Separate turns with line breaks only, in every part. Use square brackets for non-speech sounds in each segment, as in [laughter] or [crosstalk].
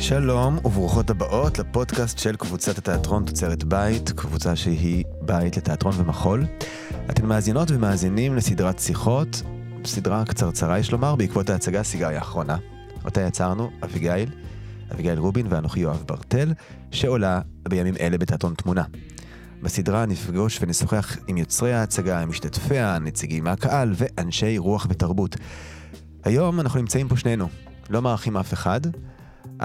שלום וברוכות הבאות לפודקאסט של קבוצת התיאטרון תוצרת בית, קבוצה שהיא בית לתיאטרון ומחול. אתן מאזינות ומאזינים לסדרת שיחות, סדרה קצרצרה יש לומר, בעקבות ההצגה סיגריה האחרונה. אותה יצרנו אביגיל, אביגיל רובין ואנוכי יואב ברטל, שעולה בימים אלה בתיאטרון תמונה. בסדרה נפגוש ונשוחח עם יוצרי ההצגה, עם משתתפיה, נציגים מהקהל ואנשי רוח ותרבות. היום אנחנו נמצאים פה שנינו, לא מארחים אף אחד,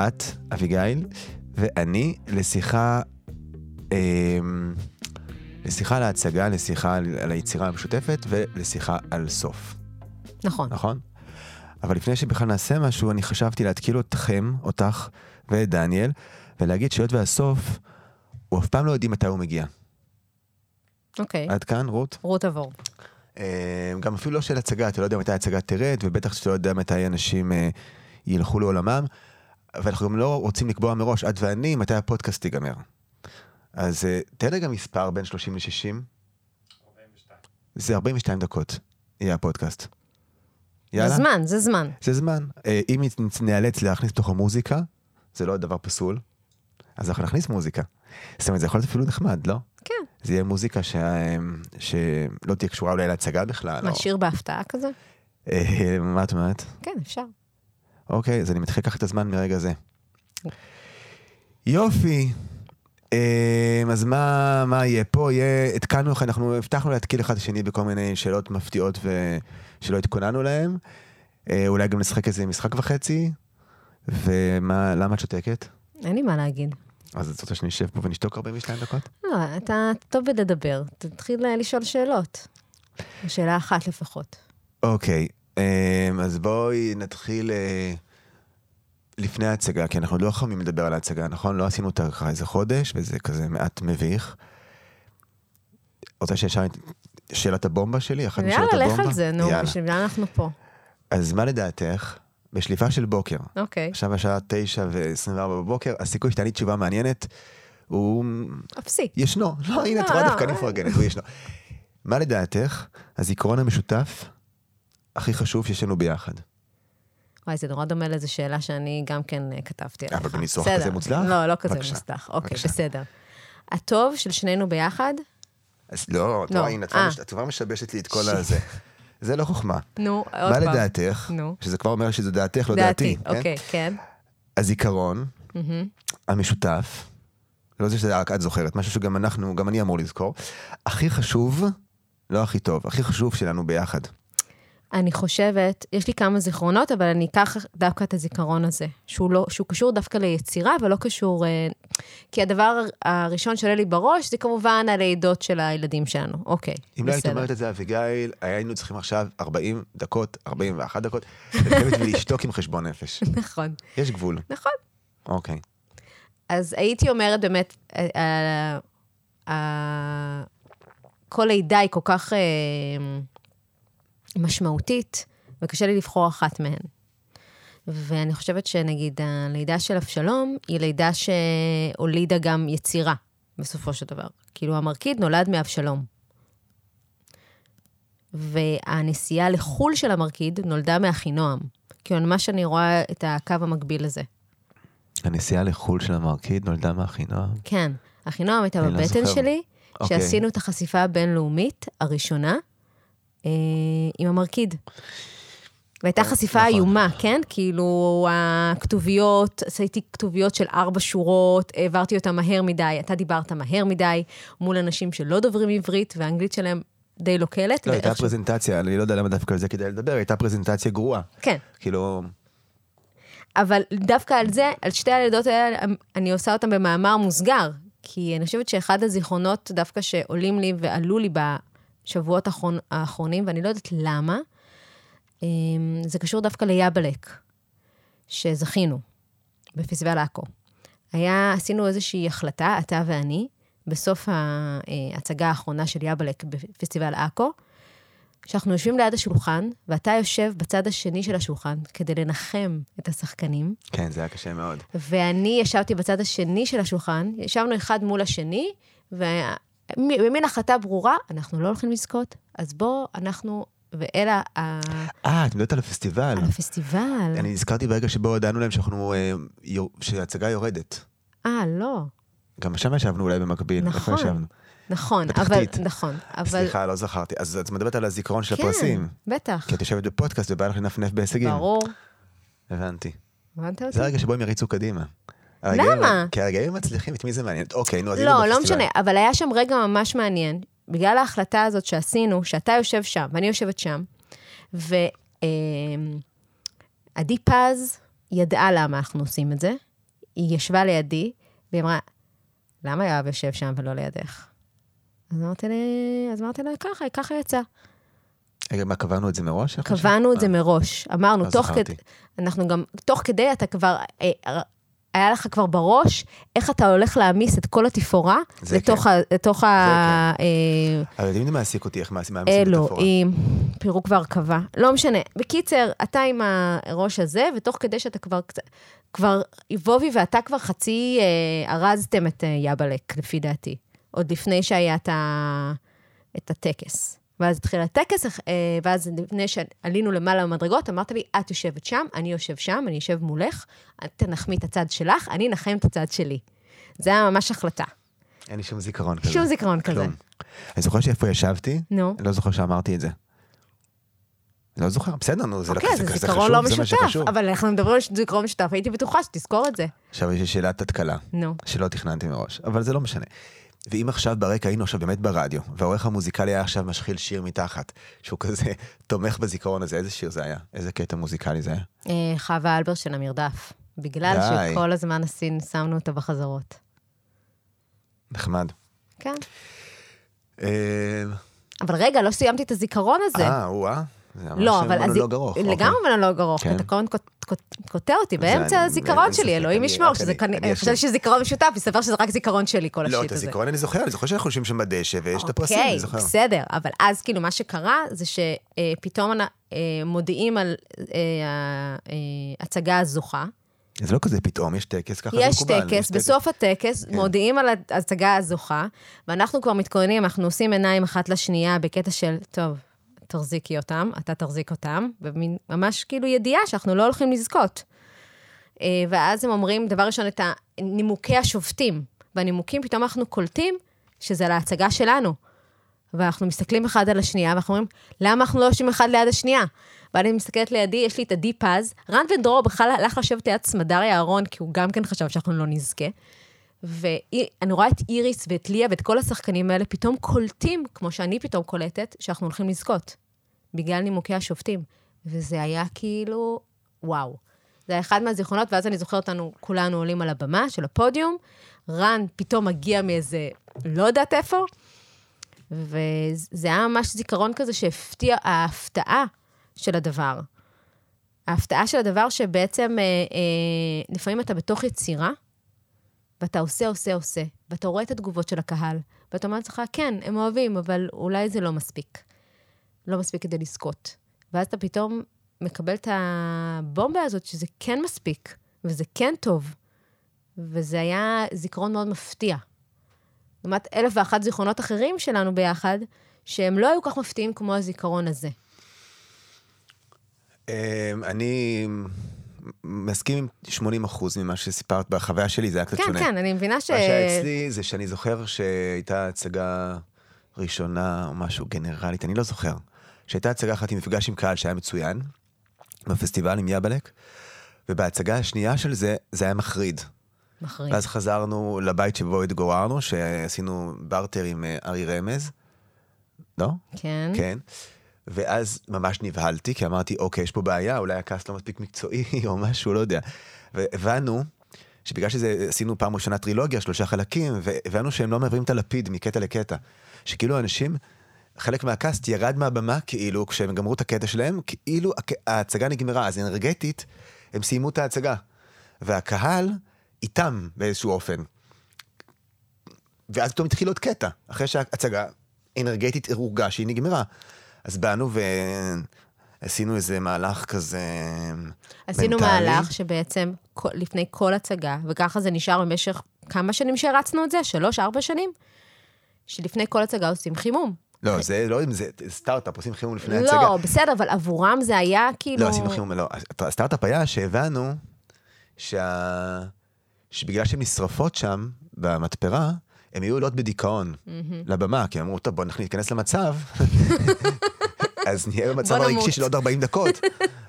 את, אביגיל, ואני, לשיחה, אה, לשיחה על ההצגה, לשיחה על, על היצירה המשותפת ולשיחה על סוף,
נכון.
נכון? אבל לפני שבכלל נעשה משהו, אני חשבתי להתקיל אתכם, אותך ואת דניאל, ולהגיד שהיות והסוף, הוא אף פעם לא יודעים מתי הוא מגיע.
אוקיי.
עד כאן, רות?
רות עבור.
אה, גם אפילו לא של הצגה, אתה לא יודע מתי ההצגה תרד, ובטח שאתה לא יודע מתי אנשים אה, ילכו לעולמם, ואנחנו גם לא רוצים לקבוע מראש, את ואני, מתי הפודקאסט ייגמר. אז אה, תן רגע מספר בין 30 ל-60. 42. זה 42 דקות, יהיה הפודקאסט.
זה
יאללה,
זמן, זה זמן.
זה זמן. אה, אם נצ- נאלץ להכניס בתוכו מוזיקה, זה לא דבר פסול, אז אנחנו נכניס מוזיקה. זאת אומרת, זה יכול להיות אפילו נחמד, לא?
כן.
זה יהיה מוזיקה שה- אמ, שלא תהיה קשורה אולי להצגה בכלל.
מה,
או-
שיר בהפתעה כזה?
אה, מה את אומרת?
כן, אפשר.
אוקיי, אז אני מתחיל לקחת את הזמן מרגע זה. יופי. אה, אז מה, מה יהיה פה? יהיה, התקנו, לך- אנחנו הבטחנו להתקיל אחד את השני בכל מיני שאלות מפתיעות ו... שלא התכוננו להן. אה, אולי גם נשחק איזה משחק וחצי. ומה, למה את שותקת?
אין לי מה להגיד.
אז את רוצה שנשב פה ונשתוק 42 דקות?
לא, אתה טוב בלדבר. תתחיל אה, לשאול שאלות. שאלה אחת לפחות.
אוקיי, אה, אז בואי נתחיל אה, לפני ההצגה, כי אנחנו עוד לא יכולים לדבר על ההצגה, נכון? לא עשינו אותה ככה איזה חודש, וזה כזה מעט מביך. רוצה שישר את- שאלת הבומבה שלי? אחת משאלות
יאללה,
הבומבה?
לך על זה, נו,
יאללה.
בשביל מה אנחנו פה?
אז מה לדעתך? בשליפה של בוקר,
אוקיי.
עכשיו השעה 9 ו-24 בבוקר, הסיכוי שתעני תשובה מעניינת הוא
אפסי.
ישנו. לא, הנה, את
לא,
רואה
לא.
דווקא אני מפרגנת, הוא ישנו. מה לדעתך הזיכרון המשותף הכי חשוב שיש לנו ביחד?
וואי, זה נורא דומה לאיזו שאלה שאני גם כן אה, כתבתי
אבל
עליך.
בניסוח
בסדר.
כזה מוצלח?
לא, לא כזה
בבקשה.
מוצלח. אוקיי,
בבקשה.
בסדר. הטוב של שנינו ביחד?
אז לא, את
לא.
רואה, הנה, את כבר
אה.
מש- את כבר משבשת לי את כל הזה. זה לא חוכמה.
נו, עוד פעם.
מה לדעתך?
נו.
שזה כבר אומר שזו דעתך, לא דעתי. כן?
אוקיי, כן.
הזיכרון
מהמם.
המשותף, לא זה שרק את זוכרת, משהו שגם אנחנו, גם אני אמור לזכור, הכי חשוב, לא הכי טוב, הכי חשוב שלנו ביחד.
אני חושבת, יש לי כמה זיכרונות, אבל אני אקח דווקא את הזיכרון הזה, שהוא, לא, שהוא קשור דווקא ליצירה ולא קשור... אה, כי הדבר הראשון שעולה לי בראש זה כמובן הלידות של הילדים שלנו. אוקיי,
אם לא היית
בסדר.
אומרת את זה, אביגיל, היינו צריכים עכשיו 40 דקות, 41 דקות, לשבת ולשתוק עם חשבון נפש.
נכון,
יש גבול,
נכון.
אוקיי.
אז הייתי אומרת באמת, אה, אה, אה, כל לידה היא כל כך אה, משמעותית, וקשה לי לבחור אחת מהן. ואני חושבת שנגיד הלידה של אבשלום היא לידה שהולידה גם יצירה, בסופו של דבר. כאילו, המרקיד נולד מאבשלום. והנסיעה לחו"ל של המרקיד נולדה מאחינועם. כאילו, ממש אני רואה את הקו המקביל לזה.
הנסיעה לחו"ל של המרקיד נולדה מהחינם.
כן, אחינועם הייתה
אני לא
בבטן
זוכר.
שלי,
אוקיי.
שעשינו את החשיפה הבינלאומית הראשונה אה, עם המרקיד. והייתה
נכון.
חשיפה איומה, כן? כאילו, הכתוביות, עשיתי כתוביות של ארבע שורות, העברתי אותן מהר מדי, אתה דיברת מהר מדי, מול אנשים שלא דוברים עברית, והאנגלית שלהם די לוקלת.
לא, הייתה
ואיכשהו-
פרזנטציה, אני לא יודע למה דווקא על זה כדאי לדבר, הייתה פרזנטציה גרועה.
כן.
כאילו,
אבל דווקא על זה, על שתי הלידות האלה, אני עושה אותן במאמר מוסגר. כי אני חושבת שאחד הזיכרונות דווקא שעולים לי ועלו לי בשבועות האחרון, האחרונים, ואני לא יודעת למה, אמ, זה קשור דווקא ליאבלק, שזכינו בפסטיבל עכו. היה, עשינו איזושהי החלטה, אתה ואני, בסוף אה, ההצגה האחרונה של יאבלק בפסטיבל עכו, שאנחנו יושבים ליד השולחן, ואתה יושב בצד השני של השולחן כדי לנחם את השחקנים,
כן, זה היה קשה מאוד.
ואני ישבתי בצד השני של השולחן, ישבנו אחד מול השני, ובמין החלטה ברורה, אנחנו לא הולכים לזכות, אז בואו אנחנו ואלה ה...
אה, את מדברת על הפסטיבל.
על הפסטיבל.
אני נזכרתי ברגע שבו הודענו להם שאנחנו, אה, יור- שההצגה יורדת.
אה, לא.
גם שם ישבנו אולי במקביל. איפה
נכון.
ישבנו?
נכון,
בתחתית.
אבל... נכון, אבל...
סליחה, לא זכרתי. אז את מדברת על הזיכרון של
כן,
הפרסים.
בטח.
כי את יושבת בפודקאסט ובא לך לנפנף בהישגים.
ברור.
הבנתי.
הבנת אותי?
זה הרגע שבו הם יריצו קדימה.
למה?
הרגעים- כי הרגעים מצליחים, את מי זה מעניין? אוקיי, נו, אז היינו
לא, לא
בפסטיבל.
משנה, אבל היה שם רגע ממש מעניין, בגלל ההחלטה הזאת שעשינו, שאתה יושב שם ואני יושבת שם, ועדי פז ידעה למה אנחנו עושים את זה, היא ישבה לידי, והיא אמרה, למה יואב יושב שם ולא לידך? אז אמרתי לה, אז אמרתי לה, ככה, ככה יצא.
רגע, מה, קבענו את זה מראש? אה,
קבענו את זה מראש. אמרנו,
לא
תוך
זכרתי.
כדי, אנחנו גם, תוך כדי אתה כבר, אה, אה, היה לך כבר בראש איך אתה הולך להעמיס את כל התפאורה
זה כן.
לתוך ה... לתוך ה... אה,
אבל אתם יודעים מה מעסיק אותי, איך מעשים מעמיסים את התפאורה.
אלוהים, פירוק והרכבה. לא משנה. בקיצר, אתה עם הראש הזה, ותוך כדי שאתה כבר קצת... כבר, וובי ואתה כבר חצי אה, ארזתם את אה, יבלק, לפי דעתי. עוד לפני שהיה את, ה, את הטקס. ואז התחיל הטקס, אה, ואז לפני שעלינו למעלה במדרגות, אמרת לי, את יושבת שם, אני יושב שם, אני יושב מולך, את תנחמי את הצד שלך, אני אנחם את הצד שלי. זה היה ממש החלטה.
אין לי שום זיכרון כזה.
שום זיכרון כזה.
כן. כלום. אני זוכר שאיפה ישבתי,
נו.
אני לא זוכר שאמרתי את זה. לא זוכר, בסדר, נו, זה
אוקיי,
לא-
אז זה
חשוב,
זיכרון לא
זה מה
משותף,
שחשוב.
אבל אנחנו מדברים על זיכרון משותף, הייתי בטוחה שתזכור את זה.
עכשיו יש לי שאלת התקלה,
נו.
שלא תכננתי מראש, אבל זה לא משנה. ואם עכשיו ברקע היינו עכשיו באמת ברדיו, והעורך המוזיקלי היה עכשיו משחיל שיר מתחת, שהוא כזה תומך בזיכרון הזה, איזה שיר זה היה? איזה קטע מוזיקלי זה היה?
אה, חווה אלבר של המרדף, בגלל
די.
שכל הזמן עשינו, שמנו אותה בחזרות.
נחמד.
כן.
אה,
אבל רגע, לא סיימתי את הזיכרון הזה.
אה, או-אה. זה ממש
לא, אבל... הזיק-
מונולוג ארוך. אוקיי.
לגמרי מונולוג ארוך,
כן.
אתה כל הזמן קוט- קוט- קוטע אותי
זה אני-
באמצע
אין
הזיכרון
ספק,
שלי, אלוהים
אני-
ישמור,
רק
שזה
אני- אני
כנראה,
אשם.
חשבתי שזה זיכרון משותף, מסתבר שזה רק זיכרון שלי, כל
לא,
השיט
את
הזה.
הזיכרון אני זוכר, אני זוכר שאנחנו יושבים שם בדשא, ויש את הפרסים, אני זוכר.
אוקיי, בסדר, אבל אז כאילו מה שקרה זה שפתאום מודיעים על אה, ההצגה הזוכה.
זה לא כזה פתאום, יש טקס, כן. ככה זה
יש
מקובל.
טקס, בסוף הטקס מודיעים על ההצגה הזוכה, ואנחנו כבר מתכוננים, אנחנו עושים עיניים אחת לשנייה בקטע של, טוב, תחזיקי אותם, אתה תחזיק אותם, ומין ממש כאילו ידיעה שאנחנו לא הולכים לזכות. אה, ואז הם אומרים, דבר ראשון, את נימוקי השופטים. והנימוקים, פתאום אנחנו קולטים שזה על ההצגה שלנו. ואנחנו מסתכלים אחד על השנייה, ואנחנו אומרים, למה אנחנו לא יושבים אחד ליד השנייה? ואני מסתכלת לידי, יש לי את עדי פז. רן בן דרור בכלל הלך לשבת ליד סמדריה אהרון, כי הוא גם כן חשב שאנחנו לא נזכה. ואני רואה את איריס ואת ליה ואת כל השחקנים האלה פתאום קולטים, כמו שאני פתאום קולטת, שאנחנו הולכים לזכות, בגלל נימוקי השופטים. וזה היה כאילו, וואו. זה היה אחד מהזיכרונות, ואז אני זוכרת אותנו, כולנו עולים על הבמה של הפודיום, רן פתאום מגיע מאיזה, לא יודעת איפה, וזה היה ממש זיכרון כזה שהפתיע, ההפתעה של הדבר. ההפתעה של הדבר שבעצם, אה, אה, לפעמים אתה בתוך יצירה, ואתה עושה, עושה, עושה, ואתה רואה את התגובות של הקהל, ואתה אומר לעצמך, כן, הם אוהבים, אבל אולי זה לא מספיק. לא מספיק כדי לזכות. ואז אתה פתאום מקבל את הבומבה הזאת, שזה כן מספיק, וזה כן טוב, וזה היה זיכרון מאוד מפתיע. לעומת אלף ואחת זיכרונות אחרים שלנו ביחד, שהם לא היו כך מפתיעים כמו הזיכרון הזה.
אמ, אני מסכים עם 80 אחוז ממה שסיפרת בחוויה שלי, זה היה קצת
כן,
שונה.
כן, אני מבינה ש...
מה שהיה אצלי זה שאני זוכר שהייתה הצגה ראשונה או משהו גנרלית, אני לא זוכר. שהייתה הצגה אחת עם מפגש עם קהל שהיה מצוין, בפסטיבל עם יבלק, ובהצגה השנייה של זה, זה היה מחריד.
מחריד.
ואז חזרנו לבית שבו התגוררנו, שעשינו בארטר עם אה, ארי רמז. לא?
כן.
כן. ואז ממש נבהלתי, כי אמרתי, אוקיי, יש פה בעיה, אולי הכעס לא מספיק מקצועי, [laughs] או משהו, לא יודע. והבנו שבגלל שזה, עשינו פעם ראשונה טרילוגיה, שלושה חלקים, והבנו שהם לא מעבירים את הלפיד מקטע לקטע. שכאילו אנשים, חלק מהקאסט ירד מהבמה, כאילו, כשהם גמרו את הקטע שלהם, כאילו הק- ההצגה נגמרה, אז אנרגטית, הם סיימו את ההצגה. והקהל איתם באיזשהו אופן. ואז פתאום התחיל עוד קטע, אחרי שההצגה אנרגטית הורגה שהיא נגמרה. אז באנו ועשינו איזה מהלך כזה
עשינו
מנטלי.
מהלך שבעצם כל- לפני כל הצגה, וככה זה נשאר במשך כמה שנים שהרצנו את זה? שלוש, ארבע שנים? שלפני כל הצגה עושים חימום.
לא, זה לא אם זה זה סטארט-אפ, עושים חימום לפני הצגה.
לא, בסדר, אבל עבורם זה היה כאילו...
לא, עשינו חימום, לא. הסטארט-אפ היה שהבנו שה... שבגלל שהן נשרפות שם, במתפרה, הן יהיו עולות בדיכאון לבמה, כי אמרו, טוב, בוא אנחנו ניכנס
[laughs]
למצב, אז נהיה במצב
בוא
הרגשי
נמות.
של עוד 40
[laughs]
דקות.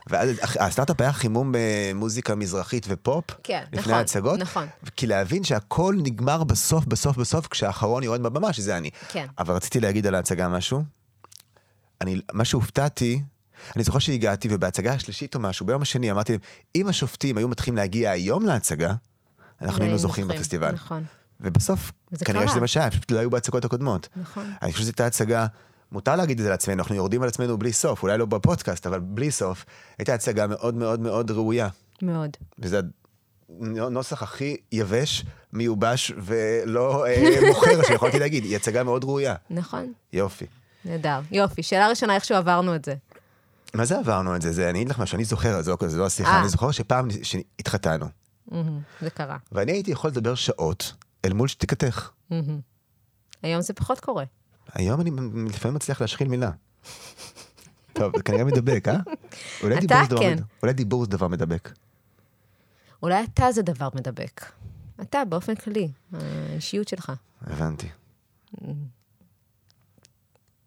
ואז הסטארט-אפ היה חימום במוזיקה מזרחית ופופ,
כן,
לפני
נכון,
ההצגות,
נכון.
כי להבין שהכל נגמר בסוף, בסוף, בסוף, כשהאחרון יורד בבמה, שזה אני.
כן.
אבל רציתי להגיד על ההצגה משהו. אני, מה שהופתעתי, אני זוכר שהגעתי, ובהצגה השלישית או משהו, ביום השני אמרתי להם, אם השופטים היו מתחילים להגיע היום להצגה, אנחנו היינו
והיינו
זוכים בפסטיבל.
לא נכון,
ובסוף,
וזה
כנראה
קרה.
שזה מה שהיה, פשוט לא היו בהצגות הקודמות.
נכון.
אני חושב שזו הייתה הצגה, מותר להגיד את זה לעצמנו, אנחנו יורדים על עצמנו בלי סוף, אולי לא בפודקאסט, אבל בלי סוף. הייתה הצגה מאוד מאוד מאוד ראויה,
מאוד.
וזה הנוסח הכי יבש, מיובש ולא אה, מוכר שיכולתי להגיד, היא הצגה מאוד ראויה.
נכון,
יופי.
נהדר. יופי, שאלה ראשונה, איכשהו עברנו את זה.
מה זה עברנו את זה? זה, אני אגיד לך משהו, אני זוכר, זה לא, זה לא השיחה,
אה.
אני זוכר שפעם שהתחתנו,
מהמם, זה קרה.
ואני הייתי יכול לדבר שעות אל מול שתיקתך.
מהמם. היום זה פחות קורה.
היום אני לפעמים מצליח להשחיל
[laughs]
מילה. טוב, זה כנראה מדבק, אה? אולי
אתה
דיבור זה דבר
כן.
מד- אולי דיבור זה דבר מדבק.
אולי אתה זה דבר מדבק. אתה, באופן כללי, האישיות שלך.
הבנתי. לא,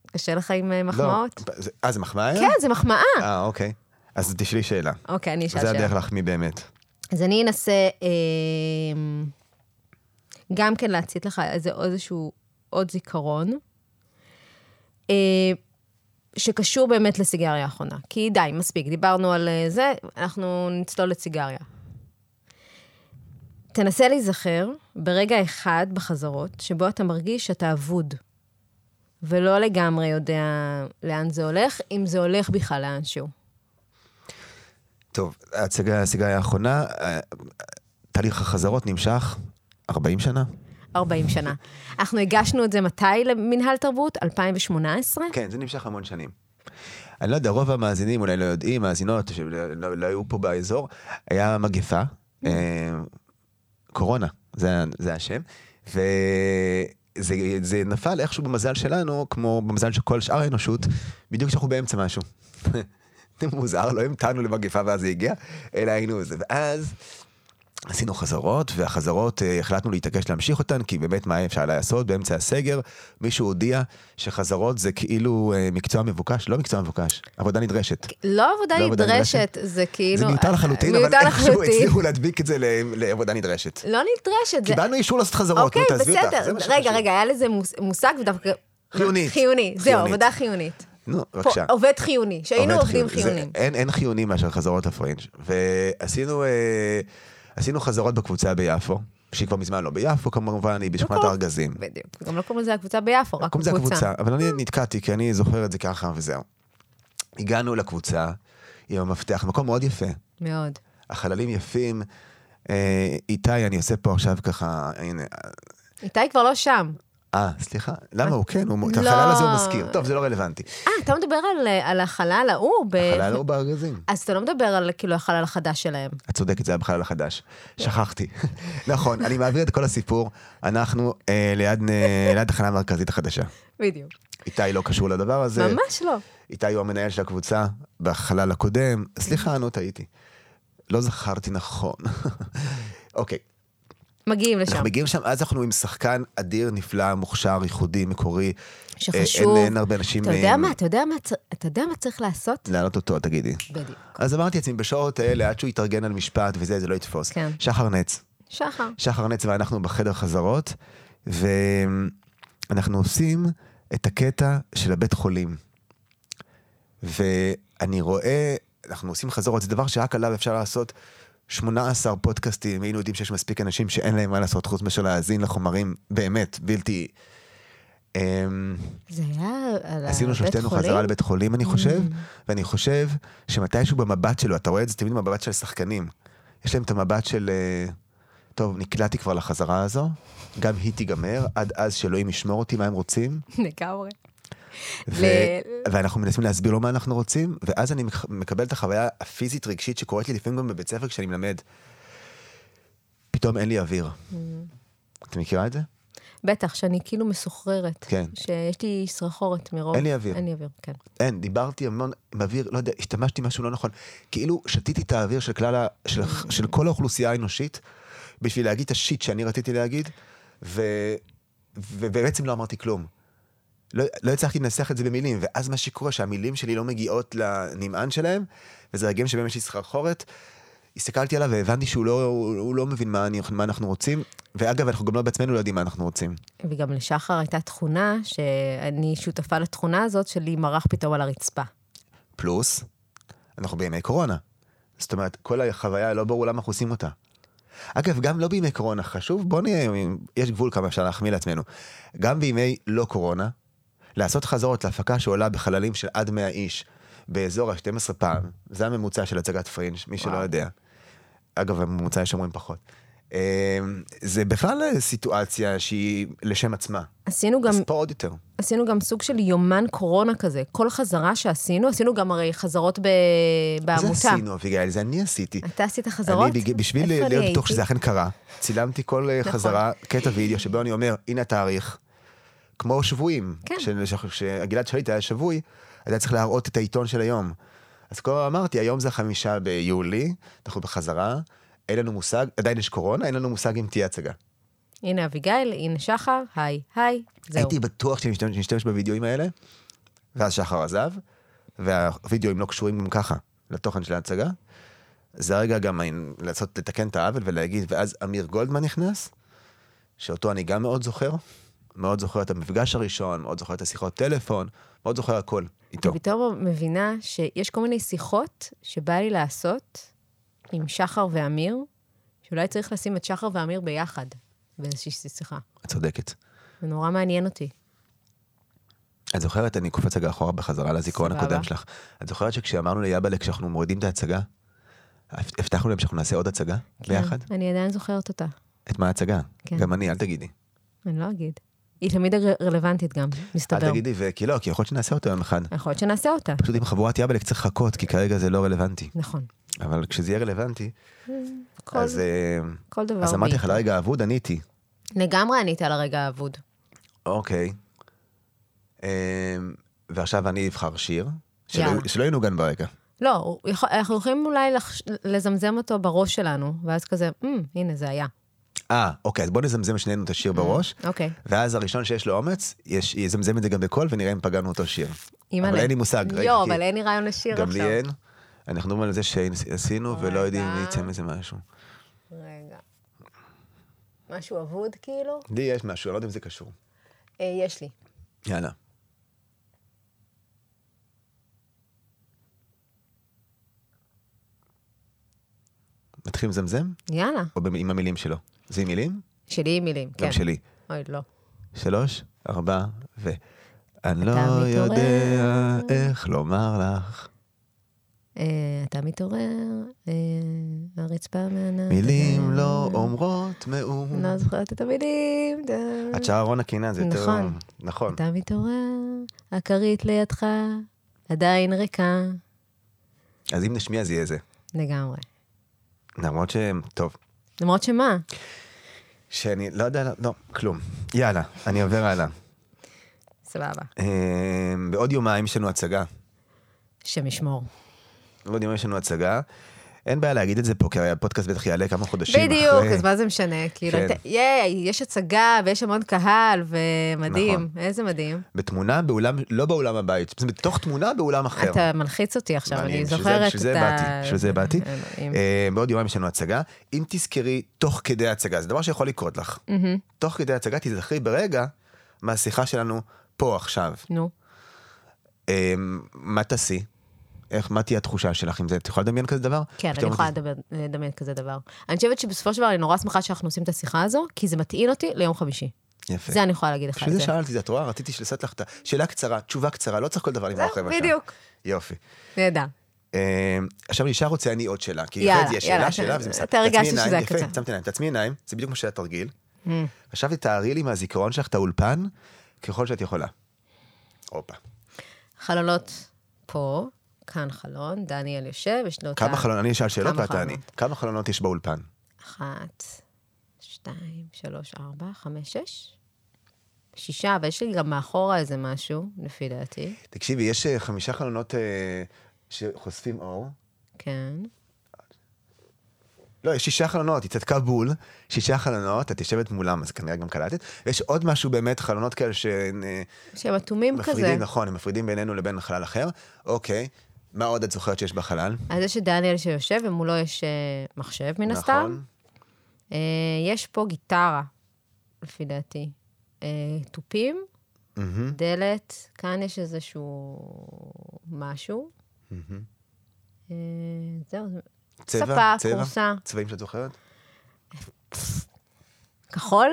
קשה לך עם אה, מחמאות?
לא, זה- אה, זה מחמאה? היה?
כן, זה מחמאה.
אה, אוקיי. אז תשאלי שאלה.
אוקיי, אני אשאל
זה
שאלה.
הדרך להחמיא באמת.
אז אני אנסה אמ, גם כן להצית לך איזה איזשהו עוד זיכרון, אמ, שקשור באמת לסיגריה האחרונה. כי די, מספיק, דיברנו על אה, זה, אנחנו נצלול לסיגריה. תנסה להיזכר ברגע אחד בחזרות, שבו אתה מרגיש שאתה אבוד, ולא לגמרי יודע לאן זה הולך, אם זה הולך בכלל לאנשהו.
טוב, ההצגה, הסיגריה האחרונה, אה, תהליך החזרות נמשך 40 שנה.
40 שנה. אנחנו הגשנו את זה מתי למינהל תרבות? 2018?
כן, זה נמשך המון שנים. אני לא יודע, רוב המאזינים אולי לא יודעים, מאזינות שלא לא, לא היו פה באזור, היה מגפה, אה, קורונה, זה, זה השם, וזה זה נפל איכשהו במזל שלנו, כמו במזל של כל שאר האנושות, בדיוק כשאנחנו באמצע משהו. [laughs] זה מוזר, לא המתנו למגפה ואז זה הגיע, אלא היינו זה. ואז עשינו חזרות, והחזרות, אה, החלטנו להתעקש להמשיך אותן, כי באמת מה אפשר לעשות באמצע הסגר? מישהו הודיע שחזרות זה כאילו אה, מקצוע מבוקש, לא מקצוע מבוקש, עבודה נדרשת.
לא עבודה
לא עבודה
נדרשת, זה כאילו...
זה מיותר לחלוטין, אבל
מיותר
איכשהו
לחלוטין.
הצליחו להדביק את זה ל- לעבודה נדרשת.
לא נדרשת. זה-
קיבלנו אישור לעשות חזרות, נו
אוקיי,
תעזבי אותך,
בסדר.
זה מה
רגע,
שחשוב.
רגע, היה לזה מוס- מושג ודווקא...
חיונית.
חיוני, זהו,
חיונית.
עבודה חיונית.
נו,
פה,
בבקשה.
עובד חיוני, שהיינו
עובד
עובדים
חיוני. זה-
חיונים.
אין, אין חיוני מאשר חזרות הפרינג'. ועשינו אה, עשינו חזרות בקבוצה ביפו, שהיא כבר מזמן לא ביפו כמובן, היא בשכונת
לא
הארגזים.
בדיוק. גם לא קוראים לזה הקבוצה ביפו, רק
אה. לא קוראים לזה
קבוצה.
הקבוצה, אבל אני נתקעתי, כי אני זוכר את זה ככה וזהו. הגענו לקבוצה עם המפתח, מקום מאוד יפה.
מאוד.
החללים יפים. אה, איתי, אני עושה פה עכשיו ככה, הנה,
איתי כבר לא שם.
אה, סליחה, למה הוא כן? הוא- את
לא.
החלל הזה הוא מזכיר. טוב, זה לא רלוונטי.
אה, אתה מדבר על, אה, על החלל ההוא. ב-
החלל הוא בארגזים.
אז אתה לא מדבר על כאילו החלל החדש שלהם.
את צודקת, זה היה בחלל החדש. שכחתי. [laughs] נכון, אני מעביר את כל הסיפור. אנחנו אה, ליד אה, ליד התחנה המרכזית החדשה.
בדיוק.
איתי לא קשור לדבר הזה.
ממש לא.
איתי הוא המנהל של הקבוצה בחלל הקודם. סליחה, נו, טעיתי. לא זכרתי נכון. [laughs] אוקיי,
מגיעים לשם.
אנחנו מגיעים שם, אז אנחנו עם שחקן אדיר, נפלא, מוכשר, ייחודי, מקורי.
שחשוב.
אה, אין- אין הרבה אנשים...
אתה יודע
אה,
מה, אתה יודע מה, צר- אתה יודע מה צריך לעשות?
להעלות אותו, תגידי.
בדיוק.
אז אמרתי לעצמי, בשעות האלה, עד שהוא יתארגן על משפט וזה, זה לא יתפוס.
כן.
שחר נץ.
שחר.
שחר נץ ואנחנו בחדר חזרות, ואנחנו עושים את הקטע של הבית חולים. ואני רואה, אנחנו עושים חזרות, זה דבר שרק עליו אפשר לעשות 18 פודקאסטים, היינו יודעים שיש מספיק אנשים שאין להם מה לעשות חוץ מאשר להאזין לחומרים באמת בלתי... אמ,
זה היה על
עשינו
הבית
שלושתנו
אה, חולים? Mm.
חזרה לבית חולים, אני חושב, ואני חושב שמתישהו במבט שלו, אתה רואה את זה תמיד במבט של שחקנים. יש להם את המבט של, אה, טוב, נקלעתי כבר לחזרה הזו, גם היא תיגמר, עד אז שאלוהים ישמור אותי מה הם רוצים,
לגמרי.
ו-
ל-
ואנחנו מנסים להסביר לו מה אנחנו רוצים, ואז אני מק- מקבל את החוויה הפיזית-רגשית שקורית לי לפעמים גם בבית ספר כשאני
Mm.
מלמד. פתאום אין לי אוויר. את מכירה את זה?
בטח, שאני כאילו מסוחררת.
כן.
שיש לי סרחורת מרוב...
אין לי אוויר.
אין לי אוויר, כן.
אין, דיברתי המון באוויר, לא יודע, השתמשתי משהו לא נכון. כאילו שתיתי את האוויר של כלל, ה- של, של כל האוכלוסייה האנושית, בשביל להגיד את השיט שאני רציתי להגיד, ו, ו, ובעצם לא אמרתי כלום. לא, לא הצלחתי לנסח את זה במילים, ואז מה שקורה, שהמילים שלי לא מגיעות לנמען שלהם, וזה רגעים שבהם יש לי סחרחורת. הסתכלתי עליו והבנתי שהוא לא, הוא, הוא לא מבין מה, אני, מה אנחנו רוצים, ואגב, אנחנו גם לא בעצמנו לא יודעים מה אנחנו רוצים.
וגם לשחר הייתה תכונה, שאני שותפה לתכונה הזאת, שלי מרח פתאום על הרצפה.
פלוס, אנחנו בימי קורונה. זאת אומרת, כל החוויה, לא ברור למה אנחנו עושים אותה. אגב, גם לא בימי קורונה, חשוב, בוא נהיה, יש גבול כמה אפשר להחמיא לעצמנו. גם בימי לא קורונה, לעשות חזרות להפקה שעולה בחללים של עד 100 איש, באזור ה-12 פעם, זה הממוצע של הצגת פרינג', מי שלא
וואו.
יודע. אגב, הממוצע יש אומרים פחות. אמ, זה בכלל אה, סיטואציה שהיא לשם עצמה.
עשינו גם,
אז פה עוד יותר.
עשינו גם סוג של יומן קורונה כזה. כל חזרה שעשינו, עשינו גם הרי חזרות ב... בעמותה. אוקיי.
זה עשינו, אביגיל, זה אני עשיתי.
אתה עשית חזרות?
אני, בג- בשביל
איפה אני
להיות בטוח
הייתי?
שזה אכן קרה, צילמתי כל אה,
נכון.
חזרה קטע וידאו שבו אני אומר, הנה התאריך. כמו שבויים.
כן.
כשגלעד שליט היה שבוי, אז היה צריך להראות את העיתון של היום. אז כבר אמרתי, היום זה החמישה ביולי, אנחנו בחזרה, אין לנו מושג, עדיין יש קורונה, אין לנו מושג אם תהיה הצגה.
הנה אביגיל, הנה שחר, היי, היי, זהו.
הייתי בטוח שאני משתמש- משתמש בווידאוים האלה, ואז שחר עזב, והווידאוים לא קשורים גם ככה לתוכן של ההצגה. זה הרגע גם ה- לעשות, לתקן את העוול ולהגיד, ואז אמיר גולדמן נכנס, שאותו אני גם מאוד זוכר, מאוד זוכר את המפגש הראשון, מאוד זוכר את השיחות טלפון, מאוד זוכר הכל איתו.
אני פתאום מבינה שיש כל מיני שיחות שבא לי לעשות עם שחר ואמיר, שאולי צריך לשים את שחר ואמיר ביחד באיזושהי שיחה.
את צודקת.
זה נורא מעניין אותי.
את זוכרת, אני קופץ רגע אחורה בחזרה לזיכרון
סבבה.
הקודם שלך. את זוכרת שכשאמרנו ליאבלה, כשאנחנו מורידים את ההצגה, הבט- הבטחנו להם שאנחנו נעשה עוד הצגה ביחד?
כן, אני עדיין זוכרת אותה,
את מה ההצגה?
כן.
גם אני, אל תגידי.
אני לא אגיד. היא תמיד הר- רלוונטית גם, מסתבר.
אל תגידי, וכי לא, כי יכול להיות שנעשה אותו יום אחד.
יכול להיות שנעשה אותה.
פשוט עם חבורת יבלק צריך לחכות, כי כרגע זה לא רלוונטי.
נכון.
אבל כשזה יהיה רלוונטי,
כל, לא
אז, אה,
כל דבר.
אז אמרתי
בעיתו.
לך, לא- לרגע האבוד עניתי.
לגמרי ענית על הרגע האבוד.
אוקיי. אה, ועכשיו אני אבחר שיר, שלא-
יאללה.
שלא ינוגן ברקע.
לא, הוא יכול- אנחנו יכולים אולי לחש- לזמזם אותו בראש שלנו, ואז כזה, "אמ, הנה, זה היה.
אה, אוקיי, אז בוא נזמזם שנינו את השיר בראש,
אוקיי.
ואז הראשון שיש לו אומץ, יש- יזמזם את זה גם בקול, ונראה אם פגענו אותו שיר.
אימא'לה.
אבל אין לי מושג, רגע,
לא,
כי-
אבל אין לי רעיון לשיר עכשיו.
גם לי אין. אנחנו מדברים על זה שעשינו, ולא יודעים אם יצא מזה משהו.
רגע. משהו אבוד כאילו?
לי יש משהו, אני לא יודע אם זה קשור.
אה, יש לי.
יאללה. מתחיל לזמזם?
יאללה.
או במ- עם המילים שלו? זה עם מילים?
שלי עם מילים, כן.
גם שלי.
אוי, לא.
שלוש, ארבע, ו... אני
מתעורר.
לא יודע איך לומר לך
אה, אתה מתעורר, אה, הרצפה מהנה...
מילים
אה,
לא אומרות מאום.
לא זוכרת את המילים. דה.
את שרה רונה קינה, זה יותר...
נכון.
נכון.
אתה מתעורר, הכרית לידך עדיין ריקה.
אז אם נשמיע זה יהיה זה.
לגמרי.
למרות ש... טוב.
למרות שמה?
שאני לא יודע... לא, כלום. יאללה, אני עובר הלאה.
סבבה.
אה, בעוד יומיים יש לנו הצגה.
השם ישמור.
לא יודעים, יש לנו הצגה. אין בעיה להגיד את זה פה, כי הרי הפודקאסט בטח יעלה כמה חודשים אחרי.
בדיוק, אז מה זה משנה? כאילו,
כן.
אתה- ייי, יש הצגה ויש המון קהל, ומדהים.
נכון.
איזה מדהים.
בתמונה באולם, לא באולם הבית, זה בתוך תמונה באולם אחר.
אתה מלחיץ אותי עכשיו,
אני-
אני
בשביל זה-
זוכרת את ה...
בשביל זה באתי, בשביל זה באתי.
אלוהים.
אה, בעוד יומיים יש לנו הצגה. אם תזכרי תוך כדי הצגה, זה דבר שיכול לקרות לך.
מהמם.
תוך כדי הצגה תזכרי ברגע מהשיחה שלנו פה עכשיו.
נו,
אה, מה תעשי? איך, מה תהיה התחושה שלך עם זה? את יכולה לדמיין כזה דבר?
כן, אני
פתאום את-
יכולה לדבר- לדמיין כזה דבר. אני חושבת שבסופו של דבר אני נורא שמחה שאנחנו עושים את השיחה הזו, כי זה מטעין אותי ליום חמישי.
יפה.
זה אני יכולה להגיד לך.
בשביל
את
זה שאלתי, זה את רואה? רציתי לעשות לך את ה... שאלה קצרה, תשובה קצרה, לא צריך כל דבר למרוח
זהו,
רבע שעה.
בדיוק.
יופי.
נהדר.
אה, עכשיו נשאר רוצה אני עוד שאלה, כי
יאללה,
אחרת זה יהיה
יאללה,
שאלה, שאלה, וזה מסתכל.
אתה הרגשת
תעצמי עיניים,
שזה Mm. היה
יפה,
קצר.
צמצמתי עיניים, תעצמי עיניים, זה בדיוק כמו שהיה תרגיל. עכשיו תתארי לי מהזיכרון שלך את האולפן, ככל שאת יכולה. הופה.
חלונות פה, כאן חלון, דניאל יושב, יש לו את
כמה
ה-
חלונות, אני אשאל שאלות
כמה
ואתה תעני.
חלונות?
כמה חלונות יש באולפן?
אחת, שתיים, שלוש, ארבע, חמש, שש. שישה, אבל יש לי גם מאחורה איזה משהו, לפי דעתי.
תקשיבי, יש אה, חמישה חלונות אה, שחושפים אור.
כן.
לא, יש שישה חלונות, היא צדקה בול, שישה חלונות, את יושבת מולם, אז כנראה גם קלטת. ויש עוד משהו באמת, חלונות כאלה שמפרידים,
שהם אטומים כזה.
נכון, הם מפרידים בינינו לבין חלל אחר. אוקיי, מה עוד את זוכרת שיש בחלל?
אז יש את דניאל שיושב, ומולו יש אה, מחשב מן הסתם.
נכון.
אה, יש פה גיטרה, לפי דעתי. אה, תופים,
מהמם,
דלת, כאן יש איזשהו משהו.
מהמם.
אה, זהו, זה-
צבע,
ספה,
צבע?
כורסה,
צבעים שאת זוכרת?
כחול,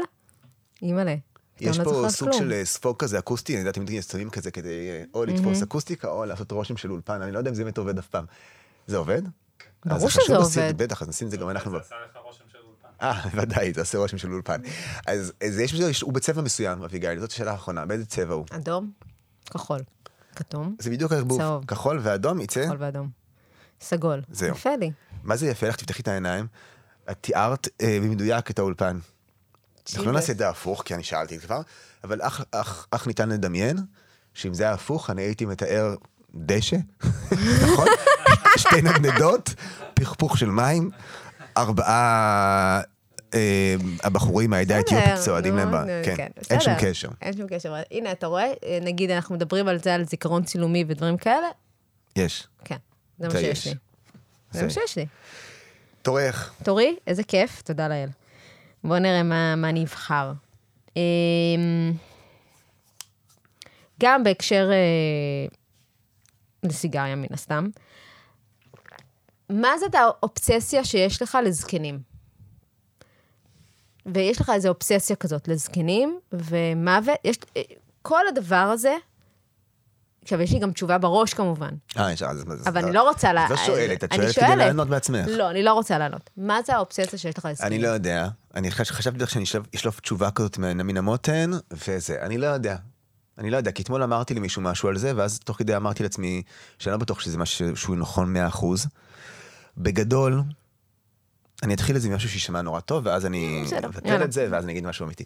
אימא'לה. פתאום
יש
לא
פה
זוכרת
סוג
כלום.
של אה, ספוג כזה אקוסטי, אני יודעת, תמיד יש סמים כזה כדי אה, או לתפוס אקוסטיקה או לעשות רושם של אולפן, אני לא יודע אם זה באמת עובד אף פעם. זה עובד?
ברור
אז חשוב
שזה
לשים-
עובד.
בטח, אז נשים את זה גם אנחנו. ב-
זה עשה לך רושם של אולפן.
אה, ודאי, זה עושה רושם של אולפן. אז אז יש בזה, הוא בצבע מסוים, אביגיל, זאת השאלה האחרונה, באיזה צבע הוא?
אדום, כחול, כתום,
זה בדיוק הערבוב,
צהוב.
כחול ואדום יצא,
כחול ואדום. סגול.
זהו.
יפה לי.
מה זה יפה לך, תפתחי את העיניים, את תיארת אה, במדויק את האולפן. אנחנו לא נעשה את זה הפוך, כי אני שאלתי כבר, אבל אך- אך אך ניתן לדמיין שאם זה היה הפוך, אני הייתי מתאר דשא, [laughs] נכון? [laughs] שתי נדנדות, פכפוך של מים, ארבעה אה, הבחורים מהעדה האתיופית
בסדר,
צועדים
נו,
להם, ב-
נו,
כן,
בסדר.
אין שום קשר.
אין שום קשר. אבל הנה, אתה רואה, אה, נגיד אנחנו מדברים על זה, על זיכרון צילומי ודברים כאלה,
יש.
כן, זה מה
זה יש.
שיש לי. זה
זה-
מה שיש לי.
תורך,
תורי, איזה כיף, תודה לאל. בואו נראה מה, מה אני אבחר. אמ, גם בהקשר אה, לסיגריה, מן הסתם. מה זאת האובססיה שיש לך לזקנים? ויש לך איזו אובססיה כזאת לזקנים, ומוות, יש... אה, כל הדבר הזה, עכשיו, יש לי גם תשובה בראש, כמובן.
אה, יש, אז... אז-
אבל אני לא רוצה לה...
את לא שואלת, את
אני
שואלת כדי
שואלת.
לענות בעצמך.
לא, אני לא רוצה לענות. מה זה האובססיה שיש לך לזקנים?
אני לא יודע, אני חש- חשבתי לך שאני אשלוף- אשלוף תשובה כזאת מה- מן המותן, וזה, אני לא יודע. אני לא יודע, כי אתמול אמרתי למישהו משהו על זה, ואז תוך כדי אמרתי לעצמי שאני לא בטוח שזה משהו שהוא נכון 100%. בגדול, אני אתחיל את זה ממשהו שיישמע נורא טוב, ואז אני
בסדר,
אבטל
יאללה.
את זה, ואז אני אגיד משהו אמיתי.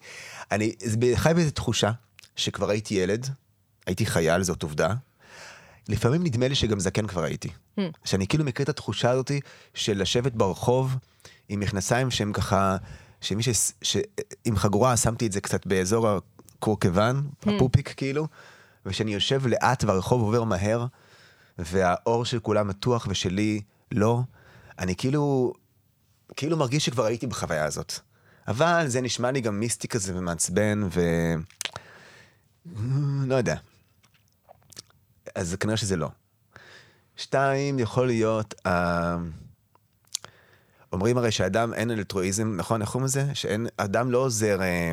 אני זה ב- חי באיזו תחושה שכבר הייתי ילד, הייתי חייל, זאת עובדה. לפעמים נדמה לי שגם זקן כבר הייתי.
Hmm.
שאני כאילו מכיר את התחושה הזאת של לשבת ברחוב עם מכנסיים שהם ככה, שמי ש... ש... עם חגורה שמתי את זה קצת באזור הקורקוון,
Hmm.
הפופיק כאילו, ושאני יושב לאט והרחוב עובר מהר, והאור של כולם מתוח ושלי לא. אני כאילו, כאילו מרגיש שכבר הייתי בחוויה הזאת. אבל זה נשמע לי גם מיסטי כזה ומעצבן ו... לא יודע. אז כנראה שזה לא. שתיים, יכול להיות, אה, אומרים הרי שאדם אין אלטרואיזם, נכון? איך קוראים לזה? שאין, אדם לא עוזר אה,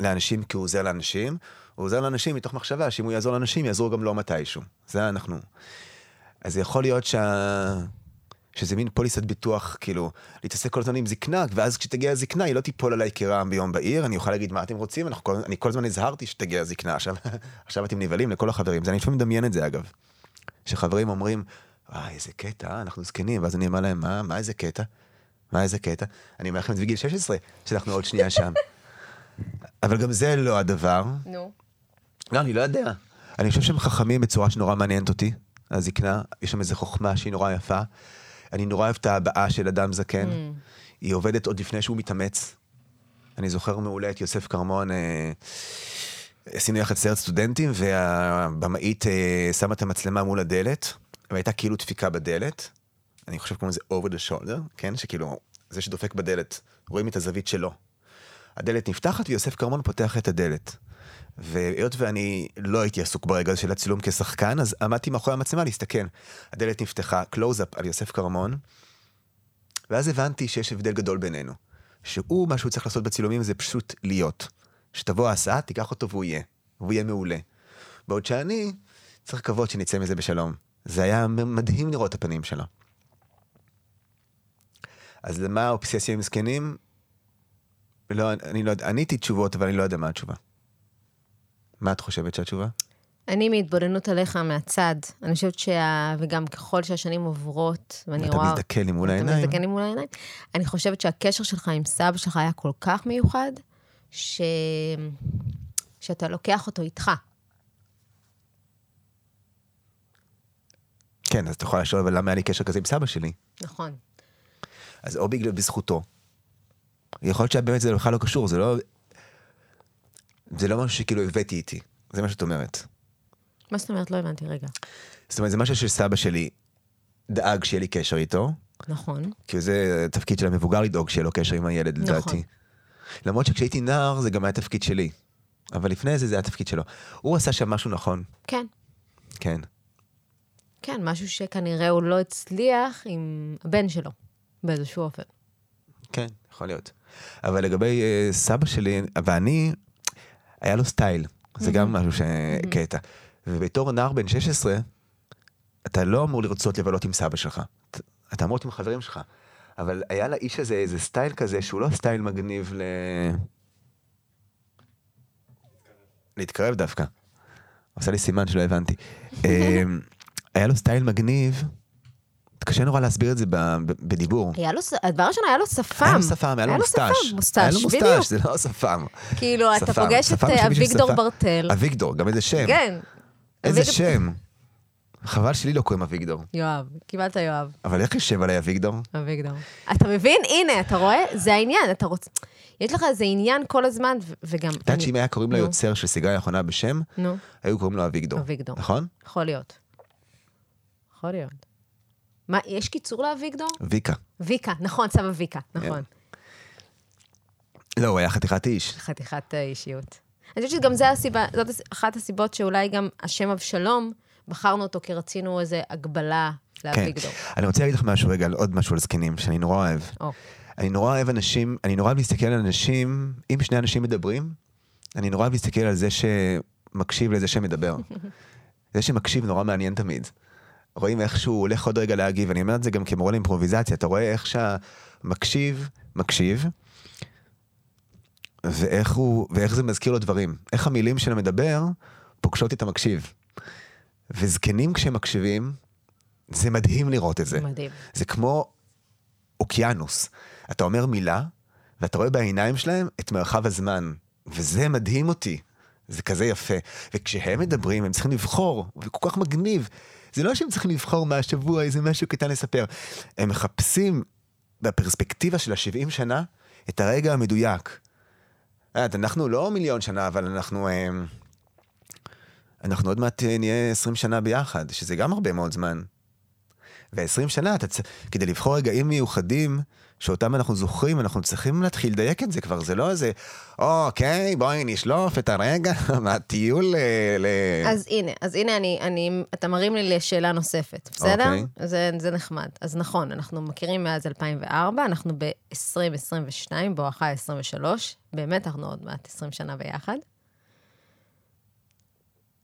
לאנשים כי הוא עוזר לאנשים, הוא עוזר לאנשים מתוך מחשבה שאם הוא יעזור לאנשים, יעזרו גם לו מתישהו. זה אנחנו. אז יכול להיות שה... שזה מין פוליסת ביטוח, כאילו, להתעסק כל הזמן עם זקנה, ואז כשתגיע הזקנה, היא לא תיפול עליי כרעם ביום בהיר, אני אוכל להגיד מה אתם רוצים, אנחנו כל... אני כל הזמן הזהרתי שתגיע הזקנה, עכשיו, [laughs] עכשיו אתם נבהלים לכל החברים, זה אני לפעמים מדמיין את זה אגב. שחברים אומרים, וואי, איזה קטע, אה, אנחנו זקנים, ואז אני אומר להם, מה, מה איזה קטע? מה איזה קטע? אני אומר לכם את זה בגיל 16, שאנחנו עוד שנייה שם. אבל גם זה לא הדבר.
נו.
לא, אני לא יודע. אני חושב שהם חכמים בצורה שנורא מעניינת אותי, הזקנה, יש שם איזו חוכמה שהיא נורא יפה. אני נורא אוהב את ההבעה של אדם זקן. היא עובדת עוד לפני שהוא מתאמץ. אני זוכר מעולה את יוסף כרמון, אה, עשינו יחד סרט סטודנטים, והבמאית אה, שמה את המצלמה מול הדלת, והייתה כאילו דפיקה בדלת. אני חושב קוראים לזה over the shoulder, כן? שכאילו, זה שדופק בדלת, רואים את הזווית שלו. הדלת נפתחת ויוסף כרמון פותח את הדלת. והיות ואני לא הייתי עסוק ברגע הזה של הצילום כשחקן, אז עמדתי מאחורי המצלמה להסתכן. הדלת נפתחה, קלוז-אפ על יוסף כרמון, ואז הבנתי שיש הבדל גדול בינינו. שהוא, מה שהוא צריך לעשות בצילומים זה פשוט להיות. שתבוא ההסעה, תיקח אותו והוא יהיה. והוא יהיה מעולה. בעוד שאני, צריך לקוות שנצא מזה בשלום. זה היה מ- מדהים לראות את הפנים שלו. אז למה האובססיה עם זקנים? לא, אני לא יודע, עניתי תשובות, אבל אני לא יודע מה התשובה. מה את חושבת שהתשובה?
אני מהתבוננות עליך מהצד, אני חושבת שה... וגם ככל שהשנים עוברות, ואני
אתה
רואה...
מזדקן לי מול
אתה
העיניים.
מזדקן לי מול העיניים. אני חושבת שהקשר שלך עם סבא שלך היה כל כך מיוחד, ש... שאתה לוקח אותו איתך.
כן, אז אתה יכול לשאול, אבל למה היה לי קשר כזה עם סבא שלי?
נכון.
אז או בגלל בזכותו. יכול להיות שבאמת זה בכלל לא קשור, זה לא... זה לא משהו שכאילו הבאתי איתי, זה מה שאת אומרת.
מה זאת אומרת? לא הבנתי רגע.
זאת אומרת, זה משהו שסבא שלי דאג שיהיה לי קשר איתו,
נכון.
כי זה התפקיד של המבוגר לדאוג שיהיה לו קשר עם הילד,
נכון.
לדעתי. למרות שכשהייתי נער זה גם היה תפקיד שלי. אבל לפני זה זה היה התפקיד שלו. הוא עשה שם משהו נכון,
כן.
כן.
כן, משהו שכנראה הוא לא הצליח עם הבן שלו, באיזשהו אופן.
כן, יכול להיות. אבל לגבי אה, סבא שלי ואני, היה לו סטייל. זה גם משהו שקטע. ובתור נער בן 16, אתה לא אמור לרצות לבלות עם סבא שלך. ת- אתה אמור להיות עם חברים שלך. אבל היה לאיש הזה איזה סטייל כזה, שהוא לא סטייל מגניב ל... להתקרב דווקא. עשה לי סימן שלא הבנתי. אה, היה לו סטייל מגניב, קשה נורא להסביר את זה ב- ב- בדיבור.
היה לו, ס- הדבר ראשון, היה לו שפם.
היה לו שפם, היה לו
שפם,
מוסטש.
מוסטש, בדיוק.
זה לא שפם.
כאילו, אתה
שפם,
פוגש את
שפם של
אה,
מישהו
אביגדור
ששפם.
ברטל.
אביגדור, גם איזה שם.
כן.
איזה
אביג-
שם. חבל שלי לא קוראים אביגדור.
יואב, קיבלת יואב,
אבל איך יושב עליי אביגדור?
אביגדור. אתה מבין? הנה, אתה רואה? זה העניין, אתה רוצה... יש לך איזה עניין כל הזמן, ו- וגם...
את יודעת
אני-
שאם היה קוראים
נו.
ליוצר של סיגריה האחרונה בשם,
נו,
היו קוראים לו אביגדור.
אביגדור.
נכון?
יכול להיות. יכול להיות. מה, יש קיצור לאביגדור?
ויקה.
ויקה, נכון, סבא ויקה, נכון.
לא, הוא היה חתיכת איש.
חתיכת אה, אישיות. אני חושבת שגם זה הסיבה, זאת הס- אחת הסיבות שאולי גם השם אבשלום, בחרנו אותו כי רצינו איזו הגבלה
כן.
לאביגדור.
אני רוצה להגיד לך משהו רגע, על עוד משהו על זקנים, שאני נורא אוהב.
או,
אני נורא אוהב אנשים, אני נורא אוהב להסתכל על אנשים, אם שני אנשים מדברים, אני נורא אוהב להסתכל על זה שמקשיב לזה שמדבר. זה שמקשיב נורא מעניין תמיד. רואים איך שהוא הולך עוד רגע להגיב, אני אומר את זה גם כמורה לאימפרוביזציה, אתה רואה איך שהמקשיב מקשיב, ואיך, הוא, ואיך זה מזכיר לו דברים. איך המילים של המדבר פוגשות את המקשיב. וזקנים כשהם מקשיבים, זה מדהים לראות את זה.
מדהים.
זה כמו אוקיינוס. אתה אומר מילה, ואתה רואה בעיניים שלהם את מרחב הזמן. וזה מדהים אותי. זה כזה יפה. וכשהם מדברים, הם צריכים לבחור, וכל כך מגניב. זה לא שהם צריכים לבחור מהשבוע איזה משהו קטן לספר. הם מחפשים, בפרספקטיבה של ה-70 שנה, את הרגע המדויק. אה, אנחנו לא מיליון שנה, אבל אנחנו... אה, אנחנו עוד מעט אה, נהיה 20 שנה ביחד, שזה גם הרבה מאוד זמן. ו-20 שנה, אתה צ... כדי לבחור רגעים מיוחדים שאותם אנחנו זוכרים, אנחנו צריכים להתחיל לדייק את זה כבר, זה לא איזה, אוקיי, בואי נשלוף את הרגע [laughs] מהטיול אה, ל... ל...
אז הנה, אז הנה אני, אני, אתה מרים לי לשאלה נוספת, בסדר?
אוקיי.
זה, זה נחמד. אז נכון, אנחנו מכירים מאז 2004, אנחנו ב-2022, בואכה 23, באמת אנחנו עוד מעט 20 שנה ביחד.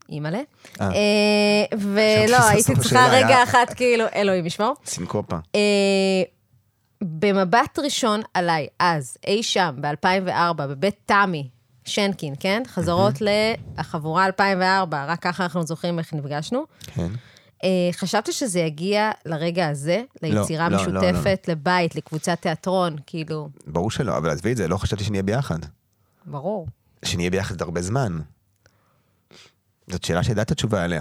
אימא'לה.
אה.
אה,
[laughs]
ולא,
שסוף
הייתי
סוף
צריכה
השאלה
רגע
היה-
אחת, כאילו, אלוהים ישמור.
סינקופה.
אה, במבט ראשון עליי, אז, אי שם, ב-2004, בבית תמי, שנקין, כן? חזרות לחבורה 2004, רק ככה אנחנו זוכרים איך נפגשנו.
כן.
אה, חשבתי שזה יגיע לרגע הזה, ליצירה
לא, לא, לא,
משותפת, לבית, לקבוצת תיאטרון, כאילו,
ברור שלא, אבל עזבי את זה, לא חשבתי שנהיה ביחד.
ברור.
שנהיה ביחד הרבה זמן. זאת שאלה שידעת תשובה עליה.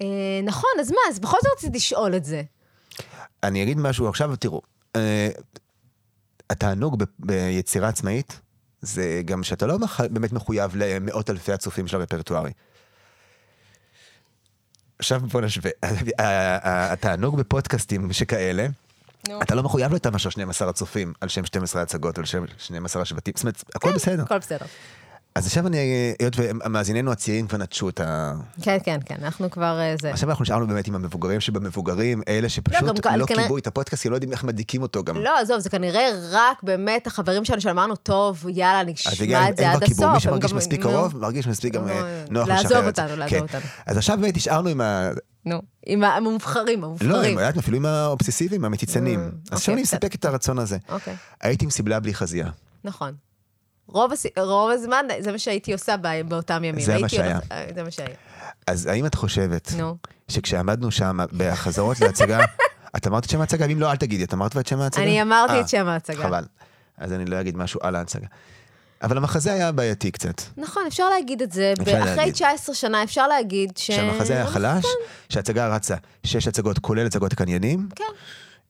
אה, נכון, אז מה, אז בכל זאת רציתי לשאול את זה.
אני אגיד משהו עכשיו, תראו, אה, התענוג ב- ביצירה עצמאית, זה גם שאתה לא מח- באמת מחויב למאות אלפי הצופים של הרפרטוארי. עכשיו בוא נשווה, [laughs] אה, התענוג בפודקאסטים שכאלה,
נו.
אתה לא מחויב לתמ"א של 12 הצופים, על שם 12 הצגות, על שם 12 השבטים, זאת אומרת, הכל
כן.
בסדר.
הכל בסדר.
אז עכשיו אני, היות ומאזיננו הצעירים כבר נטשו את ה...
כן, כן, כן, אנחנו כבר אה, זה.
עכשיו אנחנו נשארנו באמת עם המבוגרים שבמבוגרים, אלה
גם
שפשוט
כ-
לא
כנראה-
קיבלו את הפודקאסט, כי לא יודעים איך מדליקים אותו גם.
לא, עזוב, זה כנראה רק באמת החברים שלנו שאמרנו, טוב, יאללה,
אז
נשמע
הגיע,
את זה
הם כבר
עד הסוף.
קיבלו, מי
הם
שמרגיש
גם-
מספיק
נו,
קרוב, מרגיש מספיק גם
לא,
אה,
לא,
נוח
לעזוב
לשחרר את זה.
אותנו,
כן.
לעזוב אותנו.
אז עכשיו באמת נשארנו עם ה...
נו, עם ה- עם המובחרים,
לא,
המובחרים.
עם ה- אפילו עם האובססיביים, עם המתיצנים.
אה,
אז עכשיו
אוקיי,
אני מספק את הרצון הזה.
אוקיי,
הייתי עם סבלה בלי חזייה.
נכון. רוב הס- רוב הזמן, זה מה שהייתי עושה ב- באותם ימים.
זה מה
הייתי
שהיה.
הולכת- אה, זה מה שהיה.
אז האם את חושבת
נו.
שכשעמדנו שם בחזרות
[laughs]
להצגה, את אמרת את שם ההצגה? ואם לא, אל תגידי, את אמרת כבר את שם ההצגה?
אני אמרתי
אה,
את שם ההצגה.
חבל. אז אני לא אגיד משהו על ההצגה. אבל המחזה היה בעייתי קצת.
נכון, אפשר להגיד את זה.
אפשר
אחרי
להגיד.
19 שנה אפשר להגיד ש...
שהמחזה
כן,
היה חלש, שההצגה רצה שש הצגות, כולל הצגות הקניינים.
כן.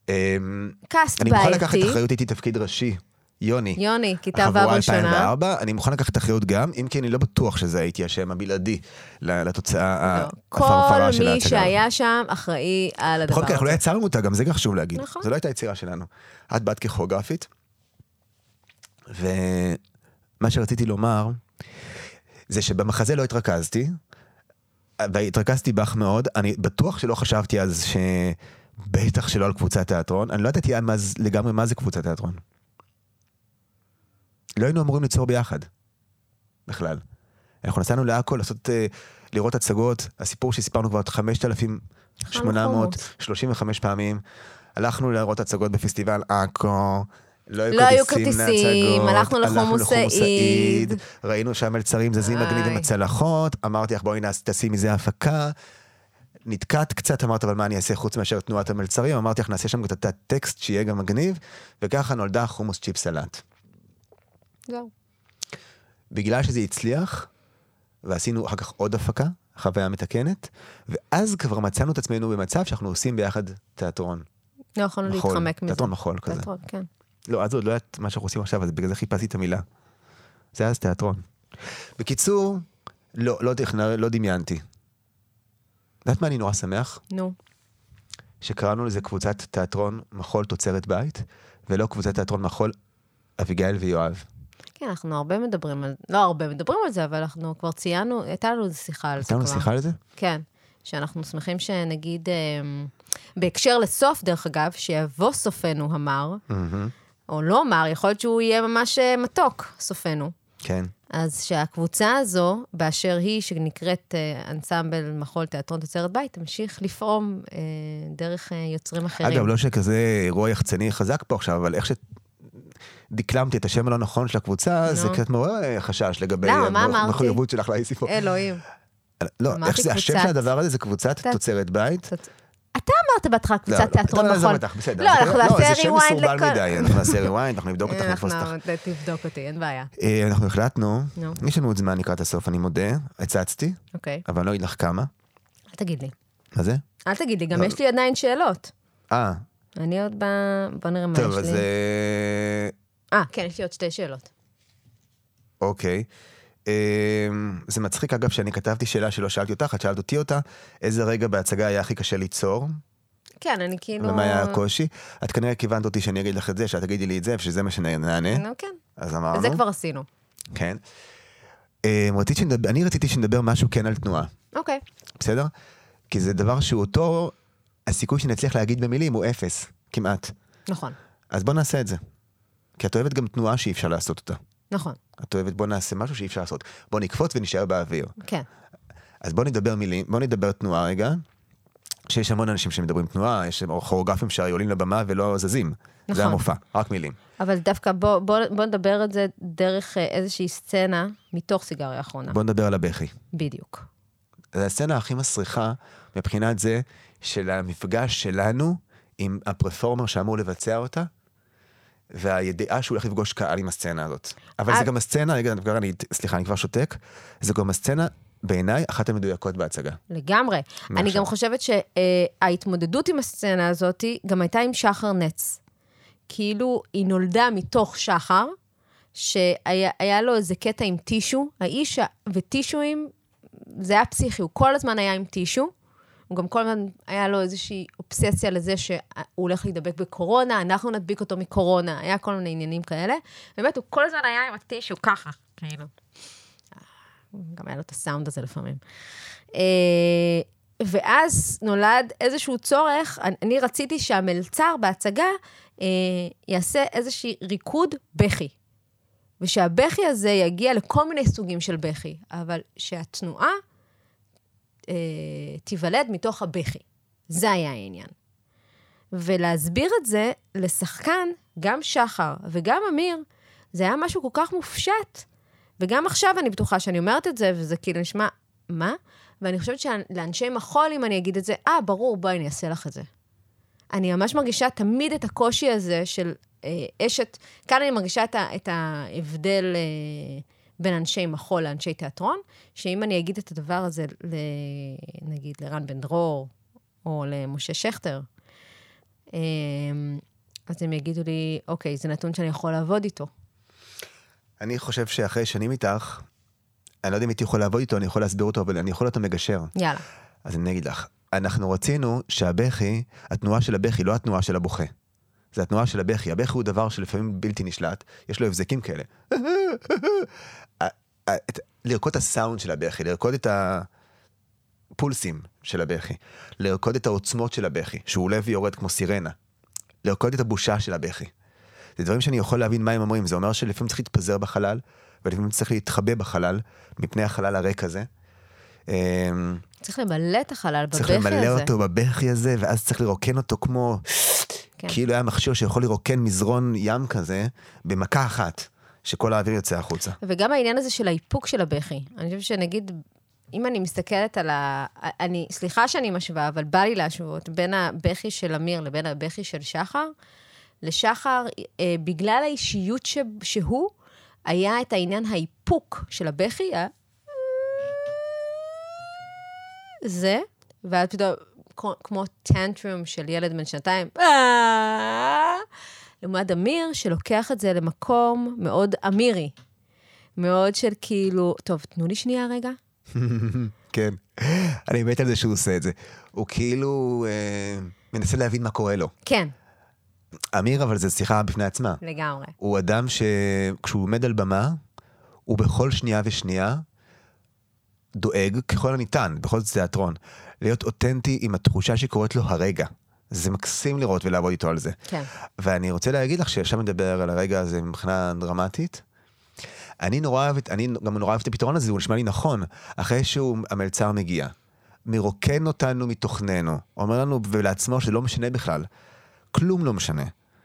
אמ,
קאסט
אני מוכן לקחת
בעייתי.
אחריות איתי תפקיד ראשי, יוני.
יוני, כיתה ו'
חבורה
ראשונה.
2004, אני מוכן לקחת אחריות גם, אם כי אני לא בטוח שזה הייתי השם הבלעדי ל- לתוצאה
לא.
הפרפרה
כל
אה, של
מי
ההצגה. הזאת.
שהיה שם אחראי על הדבר
בכל מקרה,
הזה.
אנחנו לא יצרנו אותה, גם זה חשוב להגיד.
נכון.
זו לא הייתה יצירה שלנו. את באת ככוריאוגרפית, ומה שרציתי לומר, זה שבמחזה לא התרכזתי, והתרכזתי בך מאוד, אני בטוח שלא חשבתי אז ש... בטח שלא על קבוצת תיאטרון, אני לא ידעתי מה זה- לגמרי מה זה קבוצת תיאטרון. לא היינו אמורים ליצור ביחד, בכלל. אנחנו נסענו לעכו לעשות, אה, לראות הצגות, הסיפור שסיפרנו כבר 5,835 פעמים. הלכנו לראות הצגות בפסטיבל עכו, לא היו
לא היו
כרטיסים
כרטיסים,
להצגות,
הלכנו לחומוס סעיד.
ראינו שם מלצרים זזים מגניב עם
איי.
הצלחות, אמרתי לך בואי נעש- תעשי מזה הפקה. נתקעת קצת, אמרת, אבל מה אני אעשה חוץ מאשר תנועת המלצרים? אמרתי לך, נעשה שם את הטקסט שיהיה גם מגניב, וככה נולדה חומוס צ'יפ סלט.
זהו.
בגלל שזה הצליח, ועשינו אחר כך עוד הפקה, חוויה מתקנת, ואז כבר מצאנו את עצמנו במצב שאנחנו עושים ביחד תיאטרון.
לא יכולנו
מחול,
להתחמק
נכון,
מזה.
תיאטרון מחול כזה.
תיאטרון, כן.
לא, אז עוד לא יודעת מה שאנחנו עושים עכשיו, אז בגלל זה חיפשתי את המילה. זה היה אז תיאטרון. בקיצור, לא, לא, תכנ... לא דמיינתי. יודעת מה אני נורא שמח?
נו.
שקראנו לזה קבוצת תיאטרון מחול תוצרת בית, ולא קבוצת תיאטרון מחול אביגיל ויואב.
כן, אנחנו הרבה מדברים על... לא הרבה מדברים על זה, אבל אנחנו כבר ציינו, הייתה לנו איזו שיחה על זה
הייתה
כבר.
לנו שיחה על זה?
כן. שאנחנו שמחים שנגיד, אמ, בהקשר לסוף, דרך אגב, שיבוא סופנו המר,
מהמם.
או לא מר, יכול להיות שהוא יהיה ממש אה, מתוק, סופנו.
כן.
אז שהקבוצה הזו, באשר היא, שנקראת אה, אנסמבל מחול תיאטרון תוצרת בית, תמשיך לפעום אה, דרך אה, יוצרים אחרים.
אגב, לא שכזה אירוע יחצני חזק פה עכשיו, אבל איך שדקלמתי את השם הלא נכון של הקבוצה, זה
נו.
קצת מעורר אה, חשש לגבי
למה? מה
המח-
אמרתי?
המחויבות שלך לאיסיפו.
אלוהים.
לא,
אמרתי
איך זה השם
קבוצת-
של הדבר הזה? זה קבוצת
קצת-
תוצרת בית?
אתה אמרת בהתחלה
לא,
קבוצת
לא,
תיאטרון
טוב, עזוב
מחול.
אותך, בסדר.
לא,
זה-
אנחנו
זה
נעשה
שם
rewind
מסורבל
לכל-
מדי, אנחנו נעשה
[laughs]
rewind, אנחנו נבדוק אותך,
אנחנו,
נתפוס אותך.
תבדוק אותי, אין בעיה.
אה, אנחנו החלטנו,
נו.
יש לנו עוד זמן לקראת הסוף, אני מודה, הצצתי,
אוקיי,
אבל אני לא אגיד לך כמה.
אל תגיד לי.
מה זה?
אל תגיד לי, גם
לא.
יש לי עדיין שאלות.
אה,
אני עוד ב... בוא נראה מה
טוב,
יש
אז
לי.
אה,
אה, כן, יש לי עוד שתי שאלות.
אוקיי. אה, זה מצחיק, אגב, שאני כתבתי שאלה שלא שאלתי אותך, את שאלת אותי אותה, איזה רגע בהצגה היה הכי קשה ליצור,
כן, אני כאילו...
ומה היה הקושי. את כנראה כיוונת אותי שאני אגיד לך את זה, שאת תגידי לי את זה, ושזה מה שנענה,
נו, כן.
אז
את
אמרנו.
זה כבר עשינו.
כן. אה, רצית שנדבר, אני רציתי שנדבר משהו כן על תנועה,
אוקיי.
בסדר? כי זה דבר שהוא אותו, הסיכוי שנצליח להגיד במילים הוא אפס, כמעט.
נכון.
אז בוא נעשה את זה. כי את אוהבת גם תנועה שאי אפשר לעשות אותה.
נכון.
את אוהבת בוא נעשה משהו שאי אפשר לעשות. בוא נקפוץ ונישאר באוויר.
כן.
אז בוא נדבר מילים, בוא נדבר תנועה רגע. שיש המון אנשים שמדברים תנועה, יש כוריאוגרפים שעולים לבמה ולא זזים. נכון.
נכון.
זה המופע, רק מילים.
אבל דווקא בוא, בוא, בוא נדבר על זה דרך אה, איזושהי סצנה מתוך סיגריה אחרונה.
בוא נדבר על הבכי.
בדיוק.
זה הסצנה הכי מסריחה מבחינת זה של המפגש שלנו עם הפרפורמר שאמור לבצע אותה, והידיעה שהוא הולך לפגוש קהל עם הסצנה הזאת. אבל
אה.
זה גם הסצנה, רגע, אני כבר- אני, סליחה, אני כבר שותק, זה גם הסצנה, בעיניי, אחת המדויקות בהצגה.
לגמרי. אני
עכשיו?
גם חושבת שההתמודדות עם הסצנה הזאת גם הייתה עם שחר נץ. כאילו, היא נולדה מתוך שחר, שהיה היה לו איזה קטע עם טישו. האיש ה- וטישואים, זה היה פסיכי, הוא כל הזמן היה עם טישו. הוא גם כל הזמן, היה לו איזושהי אובססיה לזה שהוא הולך להידבק בקורונה, אנחנו נדביק אותו מקורונה, היה כל מיני עניינים כאלה. באמת, הוא כל הזמן היה עם הטישו ככה, כאילו. גם היה לו את הסאונד הזה לפעמים. אה, ואז נולד איזשהו צורך, אני- אני רציתי שהמלצר בהצגה אה, יעשה איזשהו ריקוד בכי. ושהבכי הזה יגיע לכל מיני סוגים של בכי, אבל שהתנועה אה, תיוולד מתוך הבכי. זה היה העניין. ולהסביר את זה לשחקן, גם שחר וגם אמיר, זה היה משהו כל כך מופשט. וגם עכשיו אני בטוחה שאני אומרת את זה, וזה כאילו נשמע, מה? ואני חושבת שלאנשי מחול, אם אני אגיד את זה, אה, ברור, בואי, אני אעשה לך את זה. אני ממש מרגישה תמיד את הקושי הזה של אה, אשת, כאן אני מרגישה את, ה, את ההבדל אה, בין אנשי מחול לאנשי תיאטרון, שאם אני אגיד את הדבר הזה, ל, נגיד, לרן בן דרור, או למשה שכטר, אה, אז הם יגידו לי, אוקיי, זה נתון שאני יכול לעבוד איתו.
אני חושב שאחרי שנים איתך, אני לא יודע אם הייתי יכול לעבוד איתו, אני יכול להסביר אותו, אבל אני יכול להיות המגשר.
יאללה.
אז אני אגיד לך, אנחנו רצינו שהבכי, התנועה של הבכי, לא התנועה של הבוכה. זה התנועה של הבכי. הבכי הוא דבר שלפעמים בלתי נשלט, יש לו הבזקים כאלה. ה- ה- את- לרקוד את הסאונד של הבכי, לרקוד את הפולסים של הבכי, לרקוד את העוצמות של הבכי, שהוא עולה ויורד כמו סירנה, לרקוד את הבושה של הבכי. זה דברים שאני יכול להבין מה הם אומרים, זה אומר שלפעמים צריך להתפזר בחלל, ולפעמים צריך להתחבא בחלל, מפני החלל הריק הזה. אמ,
צריך למלא את החלל בבכי
צריך
הזה.
למלא אותו בבכי הזה, ואז צריך לרוקן אותו כמו...
כן.
כאילו היה מכשיר שיכול לרוקן מזרון ים כזה, במכה אחת, שכל האוויר יוצא החוצה.
וגם העניין הזה של האיפוק של הבכי. אני חושבת שנגיד, אם אני מסתכלת על ה... אני, סליחה שאני משווה, אבל בא לי להשוות בין הבכי של אמיר לבין הבכי של שחר. לשחר, אה, בגלל האישיות ש... שהוא, היה את העניין האיפוק של הבכי, ה... זה, ואז פתאום, כמו- כמו טנטרום של ילד בן שנתיים, "אה!" לעומת אמיר, שלוקח את זה למקום מאוד אמירי. מאוד של כאילו, טוב, תנו לי שנייה רגע.
כן. אני מת על זה שהוא עושה את זה. הוא כאילו אה, מנסה להבין מה קורה לו.
כן,
אמיר, אבל זו שיחה בפני עצמה.
לגמרי.
הוא אדם שכשהוא עומד על במה, הוא בכל שנייה ושנייה דואג ככל הניתן, בכל זאת זה תיאטרון, להיות אותנטי עם התחושה שקורית לו הרגע. זה מקסים לראות ולעבוד איתו על זה.
כן.
ואני רוצה להגיד לך שישר מדבר על הרגע הזה מבחינה דרמטית. אני נורא אוהב, את- אני גם נורא אוהב את הפתרון הזה, הוא נשמע לי נכון. אחרי שהוא, המלצר מגיע, מרוקן אותנו מתוכננו, אומר לנו ולעצמו שלא משנה בכלל. כלום לא משנה.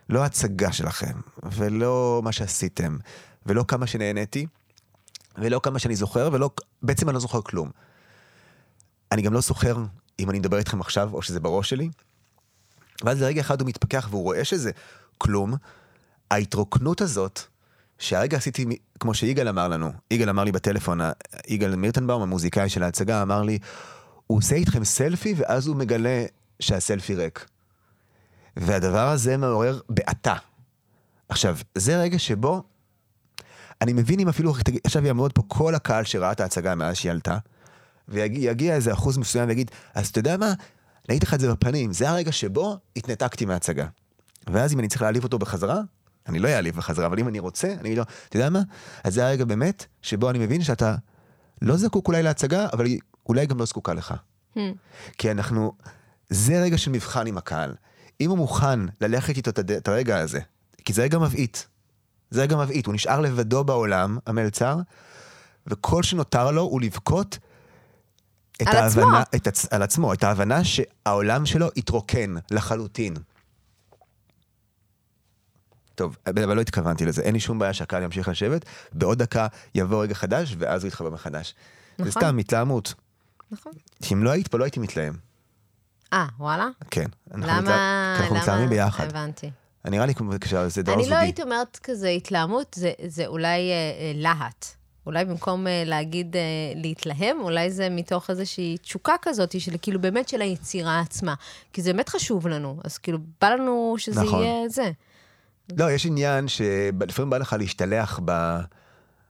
לא ההצגה שלכם, ולא מה שעשיתם, ולא כמה שנהניתי, ולא כמה שאני זוכר, ולא... בעצם אני לא זוכר כלום. אני גם לא זוכר אם אני מדבר איתכם עכשיו, או שזה בראש שלי. ואז לרגע אחד הוא מתפכח והוא רואה שזה כלום. ההתרוקנות הזאת, שהרגע עשיתי, מ- כמו שיגאל אמר לנו, יגאל אמר לי בטלפון, ה- יגאל מירטנבאום, המוזיקאי של ההצגה, אמר לי, הוא עושה איתכם סלפי, ואז הוא מגלה שהסלפי ריק. והדבר הזה מעורר בעתה. עכשיו, זה רגע שבו אני מבין אם אפילו תגיד- עכשיו יעמוד פה כל הקהל שראה את ההצגה מאז שהיא עלתה, ויגיע איזה אחוז מסוים ויגיד, אז אתה יודע מה, אני אגיד לך את זה בפנים, זה הרגע שבו התנתקתי מההצגה. ואז אם אני צריך להעליב אותו בחזרה, אני לא אעליב בחזרה, אבל אם אני רוצה, אני אגיד לו, אתה יודע מה, אז זה הרגע באמת, שבו אני מבין שאתה לא זקוק אולי להצגה, אבל היא אולי גם לא זקוקה לך. כי אנחנו, זה רגע של מבחן עם הקהל. אם הוא מוכן ללכת איתו את הד- את הרגע הזה, כי זה רגע מבעית. זה רגע מבעית, הוא נשאר לבדו בעולם, המלצר, וכל שנותר לו הוא לבכות את
על עצמו.
ההבנה, את עצ... על עצמו, את ההבנה שהעולם שלו התרוקן לחלוטין. טוב, אבל אבל לא התכוונתי לזה, אין לי שום בעיה שהקהל ימשיך לשבת, בעוד דקה יבוא רגע חדש, ואז הוא יתחבא מחדש. זה
נכון.
סתם התלהמות.
נכון.
אם לא היית פה, לא הייתי מתלהם.
אה, וואלה?
כן. אנחנו
למה...
מתלה- כי אנחנו
למה-
מתלהמים ביחד.
הבנתי.
נראה לי כמו כשזה דבר
אני
זוגי.
לא הייתי אומרת כזה התלהמות, זה- זה אולי אה, אה, להט. אולי במקום אה, להגיד אה, להתלהם, אולי זה מתוך איזושהי תשוקה כזאת, של כאילו באמת של היצירה עצמה. כי זה באמת חשוב לנו, אז כאילו בא לנו שזה
נכון.
יהיה זה.
לא, יש עניין שלפעמים בא לך להשתלח ב...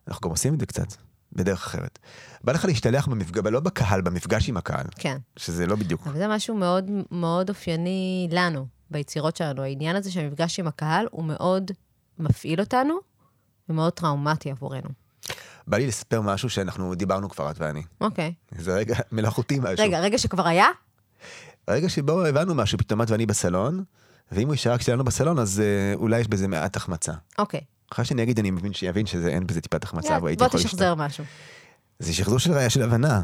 אנחנו גם עושים את זה קצת, בדרך אחרת. בא לך להשתלח במפגש, לא בקהל, במפגש עם הקהל,
כן.
שזה לא בדיוק.
אבל זה משהו מאוד מאוד אופייני לנו, ביצירות שלנו. העניין הזה שהמפגש עם הקהל הוא מאוד מפעיל אותנו ומאוד טראומטי עבורנו.
בא לי לספר משהו שאנחנו דיברנו כבר, את ואני.
אוקיי.
זה רגע [laughs] מלאכותי משהו.
רגע, רגע שכבר היה?
רגע שבו הבנו משהו, פתאום את ואני בסלון, ואם הוא יישאר כשלנו בסלון, אז אה, אולי יש בזה מעט החמצה.
אוקיי.
אחרי שאני אגיד, אני מבין שיבין שזה אין בזה טיפת החמצה, אבל
יאללה,
הייתי
בוא
יכול
תשחזר משהו.
זה שחזור של ראייה של הבנה.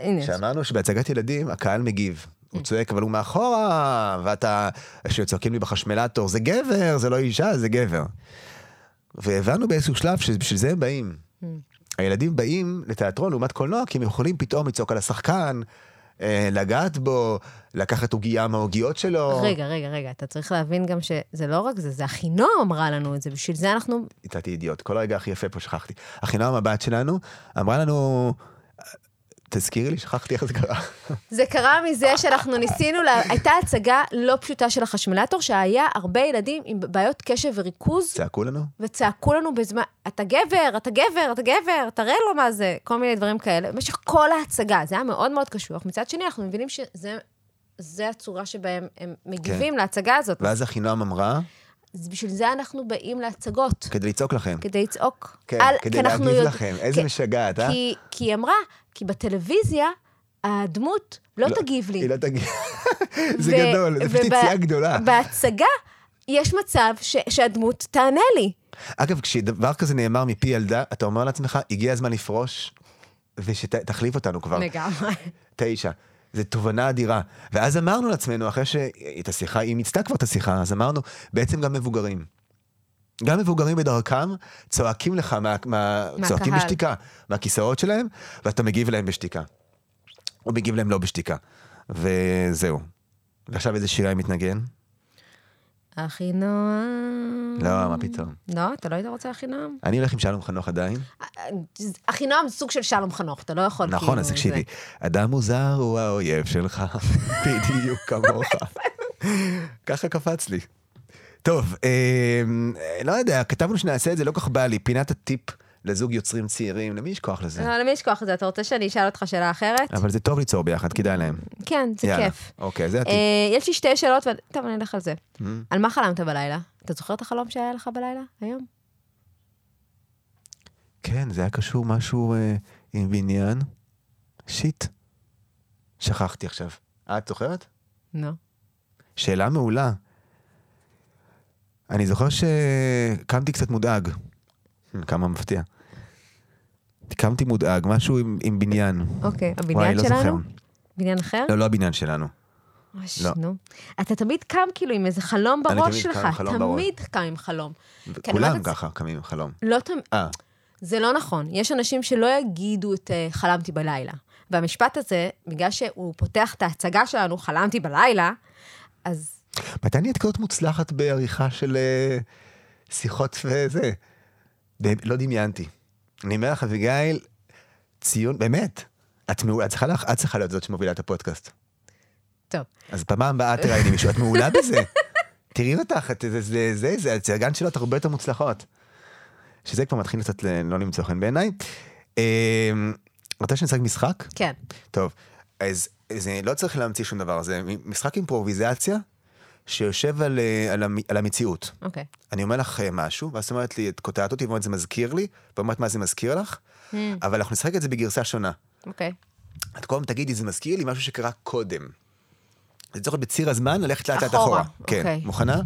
הנה.
שאמרנו שבהצגת ילדים הקהל מגיב. הוא צועק, אבל הוא מאחורה, ואתה... שצועקים לי בחשמלטור, זה גבר, זה לא אישה, זה גבר. והבנו באיזשהו שלב שבשביל זה הם באים. הילדים באים לתיאטרון לעומת קולנוע, כי הם יכולים פתאום לצעוק על השחקן, אה, לגעת בו, לקחת עוגייה מהעוגיות שלו.
רגע, רגע, רגע, אתה צריך להבין גם שזה לא רק זה, זה אחינועם אמרה לנו את זה, בשביל זה אנחנו...
יצאתי אידיוט, כל הרגע הכי יפה פה שכחתי. אחינועם הבת שלנו אמרה לנו, תזכירי לי, שכחתי איך זה קרה. [laughs]
זה קרה מזה שאנחנו ניסינו, לה... הייתה הצגה לא פשוטה של החשמלטור, שהיה הרבה ילדים עם בעיות קשב וריכוז,
צעקו לנו?
וצעקו לנו בזמן, אתה גבר, אתה גבר, אתה גבר, תראה לו מה זה, כל מיני דברים כאלה, במשך כל ההצגה, זה היה מאוד מאוד קשוח. מצד שני, אנחנו מבינים שזה... זה הצורה שבהם הם מגיבים כן. להצגה הזאת.
ואז אחינועם אמרה,
אז בשביל זה אנחנו באים להצגות,
כדי לצעוק לכם.
כדי לצעוק.
כן,
על- כי
כדי
אנחנו
להגיב
יודע-
לכם. איזה
כי-
משגעת, אה?
כי, כי היא אמרה, כי בטלוויזיה הדמות לא,
לא,
תגיב לי.
היא לא תגיד... [laughs] זה
ו-
גדול, זו
וב-
פציעה גדולה.
בהצגה יש מצב ש, שהדמות תענה לי.
אגב, כשדבר כזה נאמר מפי ילדה, אתה אומר לעצמך, הגיע הזמן לפרוש, ושתחליף אותנו כבר.
לגמרי.
תשע. זו תובנה אדירה. ואז אמרנו לעצמנו, אחרי שאת השיחה, היא מיצתה כבר את השיחה, אז אמרנו, בעצם גם מבוגרים. גם מבוגרים בדרכם צועקים לך, מה, מה, צועקים
מהקהל.
בשתיקה, מהכיסאות שלהם, ואתה מגיב להם בשתיקה. או מגיב להם לא בשתיקה. וזהו. ועכשיו איזה שירה היא מתנגן?
אחי נועם.
לא, מה פתאום.
לא, אתה לא היית רוצה אחי נועם?
אני הולך עם שלום חנוך עדיין.
אה, אחי נועם זה סוג של שלום חנוך, אתה לא יכול
נכון,
כאילו
אז
זה.
תקשיבי, אדם מוזר הוא האויב
[laughs]
שלך, בדיוק כמוך. ככה קפץ לי. טוב, אמ, לא יודע, כתבנו שנעשה את זה, לא כל כך בא לי, פינת הטיפ לזוג יוצרים צעירים, למי יש כוח לזה?
לא, למי יש כוח לזה? אתה רוצה שאני אשאל אותך שאלה אחרת?
אבל זה טוב ליצור ביחד, כדאי להם.
כן, זה
יאללה.
כיף.
אוקיי, זה הטיפ. אמ,
אה, יש לי שתי שאלות, אבל טוב, אני אלך על זה. על מה חלמת בלילה? אתה זוכר את החלום שהיה לך בלילה היום?
כן, זה היה קשור משהו אה, עם בניין. שיט. שכחתי עכשיו. אה, את זוכרת?
לא.
שאלה מעולה. אני זוכר שקמתי קצת מודאג. Hmm, כמה מפתיע. קמתי מודאג, משהו עם, עם בניין. וואי,
אוקיי, הבניין
לא זוכר.
שלנו? בניין אחר?
לא, לא הבניין שלנו.
אוש,
לא.
נו. אתה תמיד קם כאילו עם איזה חלום
אני
בראש
תמיד
שלך.
קם עם חלום בראש.
תמיד קם עם חלום. כן,
כולם
מה זה-
ככה קמים עם חלום.
לא תמיד...
אה,
זה לא נכון. יש אנשים שלא יגידו את אה, חלמתי בלילה. והמשפט הזה, בגלל שהוא פותח את ההצגה שלנו, חלמתי בלילה, אז
מתי נהיית כזאת מוצלחת בעריכה של אה, שיחות וזה? ב- לא דמיינתי. אני אומר לך, אביגיל, ציון, באמת. את מעולה, את צריכה לך- את צריכה להיות זאת שמובילה את הפודקאסט.
טוב.
אז פעם הבאה תראייני מישהו, את מעולה בזה. תראי אותך, את- זה, זה, זה, זה, הצגן שלו את הרבה יותר מוצלחות. שזה כבר מתחיל קצת ל- לא למצוא חן בעיניי. אמ, רוצה שנשחק משחק?
כן.
טוב, אז זה לא צריך להמציא שום דבר, זה משחק אימפרוביזציה שיושב על, אה, על, המ- על המציאות.
אוקיי.
אני אומר לך אה, משהו, ואז את אומרת לי, את קוטעת אותי ואומרת זה מזכיר לי, ואומרת מה זה מזכיר לך, אבל אנחנו נשחק את זה בגרסה שונה.
אוקיי.
את כל הזמן תגידי, זה מזכיר לי משהו שקרה קודם. זה צריך להיות בציר הזמן, ללכת לאט לאט
אחורה,
אחורה. כן,
אוקיי.
מוכנה?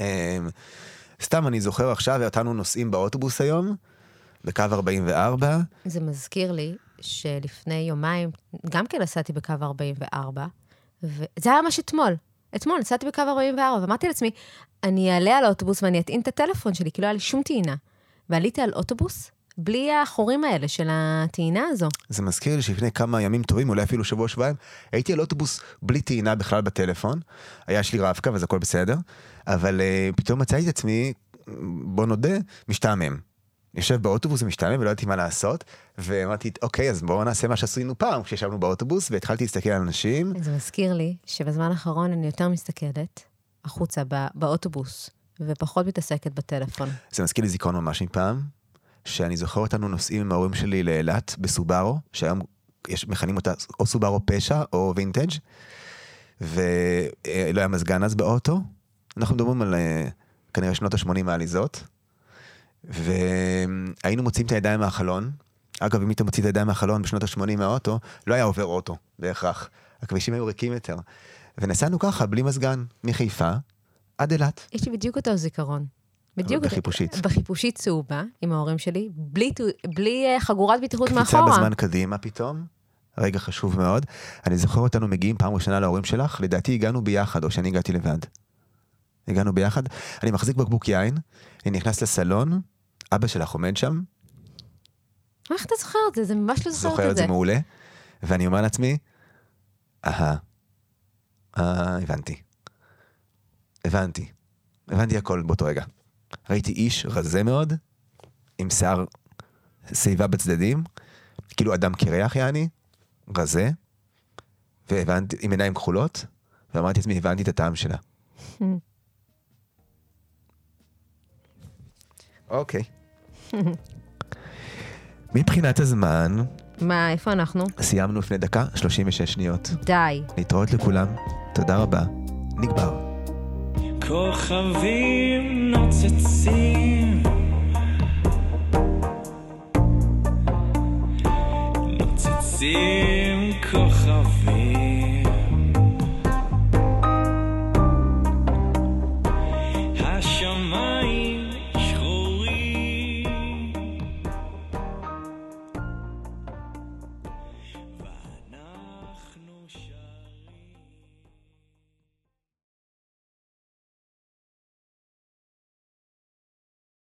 אמ, סתם, אני זוכר עכשיו, אותנו נוסעים באוטובוס היום, בקו 44,
זה מזכיר לי שלפני יומיים, גם כן נסעתי בקו 44, וזה היה ממש אתמול. אתמול נסעתי בקו 44, ואמרתי לעצמי, אני אעלה על האוטובוס ואני אטעין את הטלפון שלי, כי לא היה לי שום טעינה. ועליתי על אוטובוס בלי החורים האלה של הטעינה הזו.
זה מזכיר לי שלפני כמה ימים טובים, אולי אפילו שבוע שבועיים, הייתי על אוטובוס בלי טעינה בכלל בטלפון. היה שלי רב-קו, אז הכל בסדר. אבל אה, פתאום מצאתי את עצמי, בוא נודה, משתעמם. יושב באוטובוס ומשתעמם ולא ידעתי מה לעשות, ואמרתי, אוקיי, אז בואו נעשה מה שעשינו פעם כשישבנו באוטובוס, והתחלתי להסתכל על אנשים.
זה מזכיר לי שבזמן האחרון אני יותר מסתכלת החוצה בא, באוטובוס, ופחות מתעסקת בטלפון.
זה מזכיר לי זיכרון ממש מפעם, שאני זוכר אותנו נוסעים עם ההורים שלי לאילת בסובארו, שהיום יש, מכנים אותה או סובארו פשע או וינטג', ולא היה מזגן אז באוטו. אנחנו מדברים על אה, כנראה שנות ה-80 העליזות, והיינו מוציאים את הידיים מהחלון. אגב, אם היית מוציא את הידיים מהחלון בשנות ה-80 מהאוטו, לא היה עובר אוטו בהכרח. הכבישים היו ריקים יותר. ונסענו ככה, בלי מזגן, מחיפה עד אילת.
יש לי בדיוק אותו זיכרון. בדיוק. אותו-
בחיפושית.
בחיפושית צהובה, עם ההורים שלי, בלי, טו- בלי אה, חגורת בטיחות
קפיצה
מאחורה.
בזמן קדימה פתאום, רגע חשוב מאוד. אני זוכר אותנו מגיעים פעם ראשונה להורים שלך, לדעתי הגענו ביחד, או שאני הגעתי לבד. הגענו ביחד, אני מחזיק בקבוק יין, אני נכנס לסלון, אבא שלך עומד שם,
איך אתה זוכר את זה? זה ממש לא זוכרת
זוכר
את
את
זה.
זה מעולה, ואני אומר לעצמי, אהה. אה, הבנתי. הבנתי. הבנתי הכל באותו רגע. ראיתי איש רזה מאוד, עם שיער שיבה בצדדים, כאילו אדם קרח יעני, רזה, והבנתי, עם עיניים כחולות, ואמרתי לעצמי, הבנתי את הטעם שלה. אוקיי. מבחינת הזמן,
מה, איפה אנחנו?
סיימנו לפני דקה 36 שניות.
די.
להתראות לכולם, תודה רבה, נגמר.
כוכבים נוצצים נוצצים כוכבים השמיים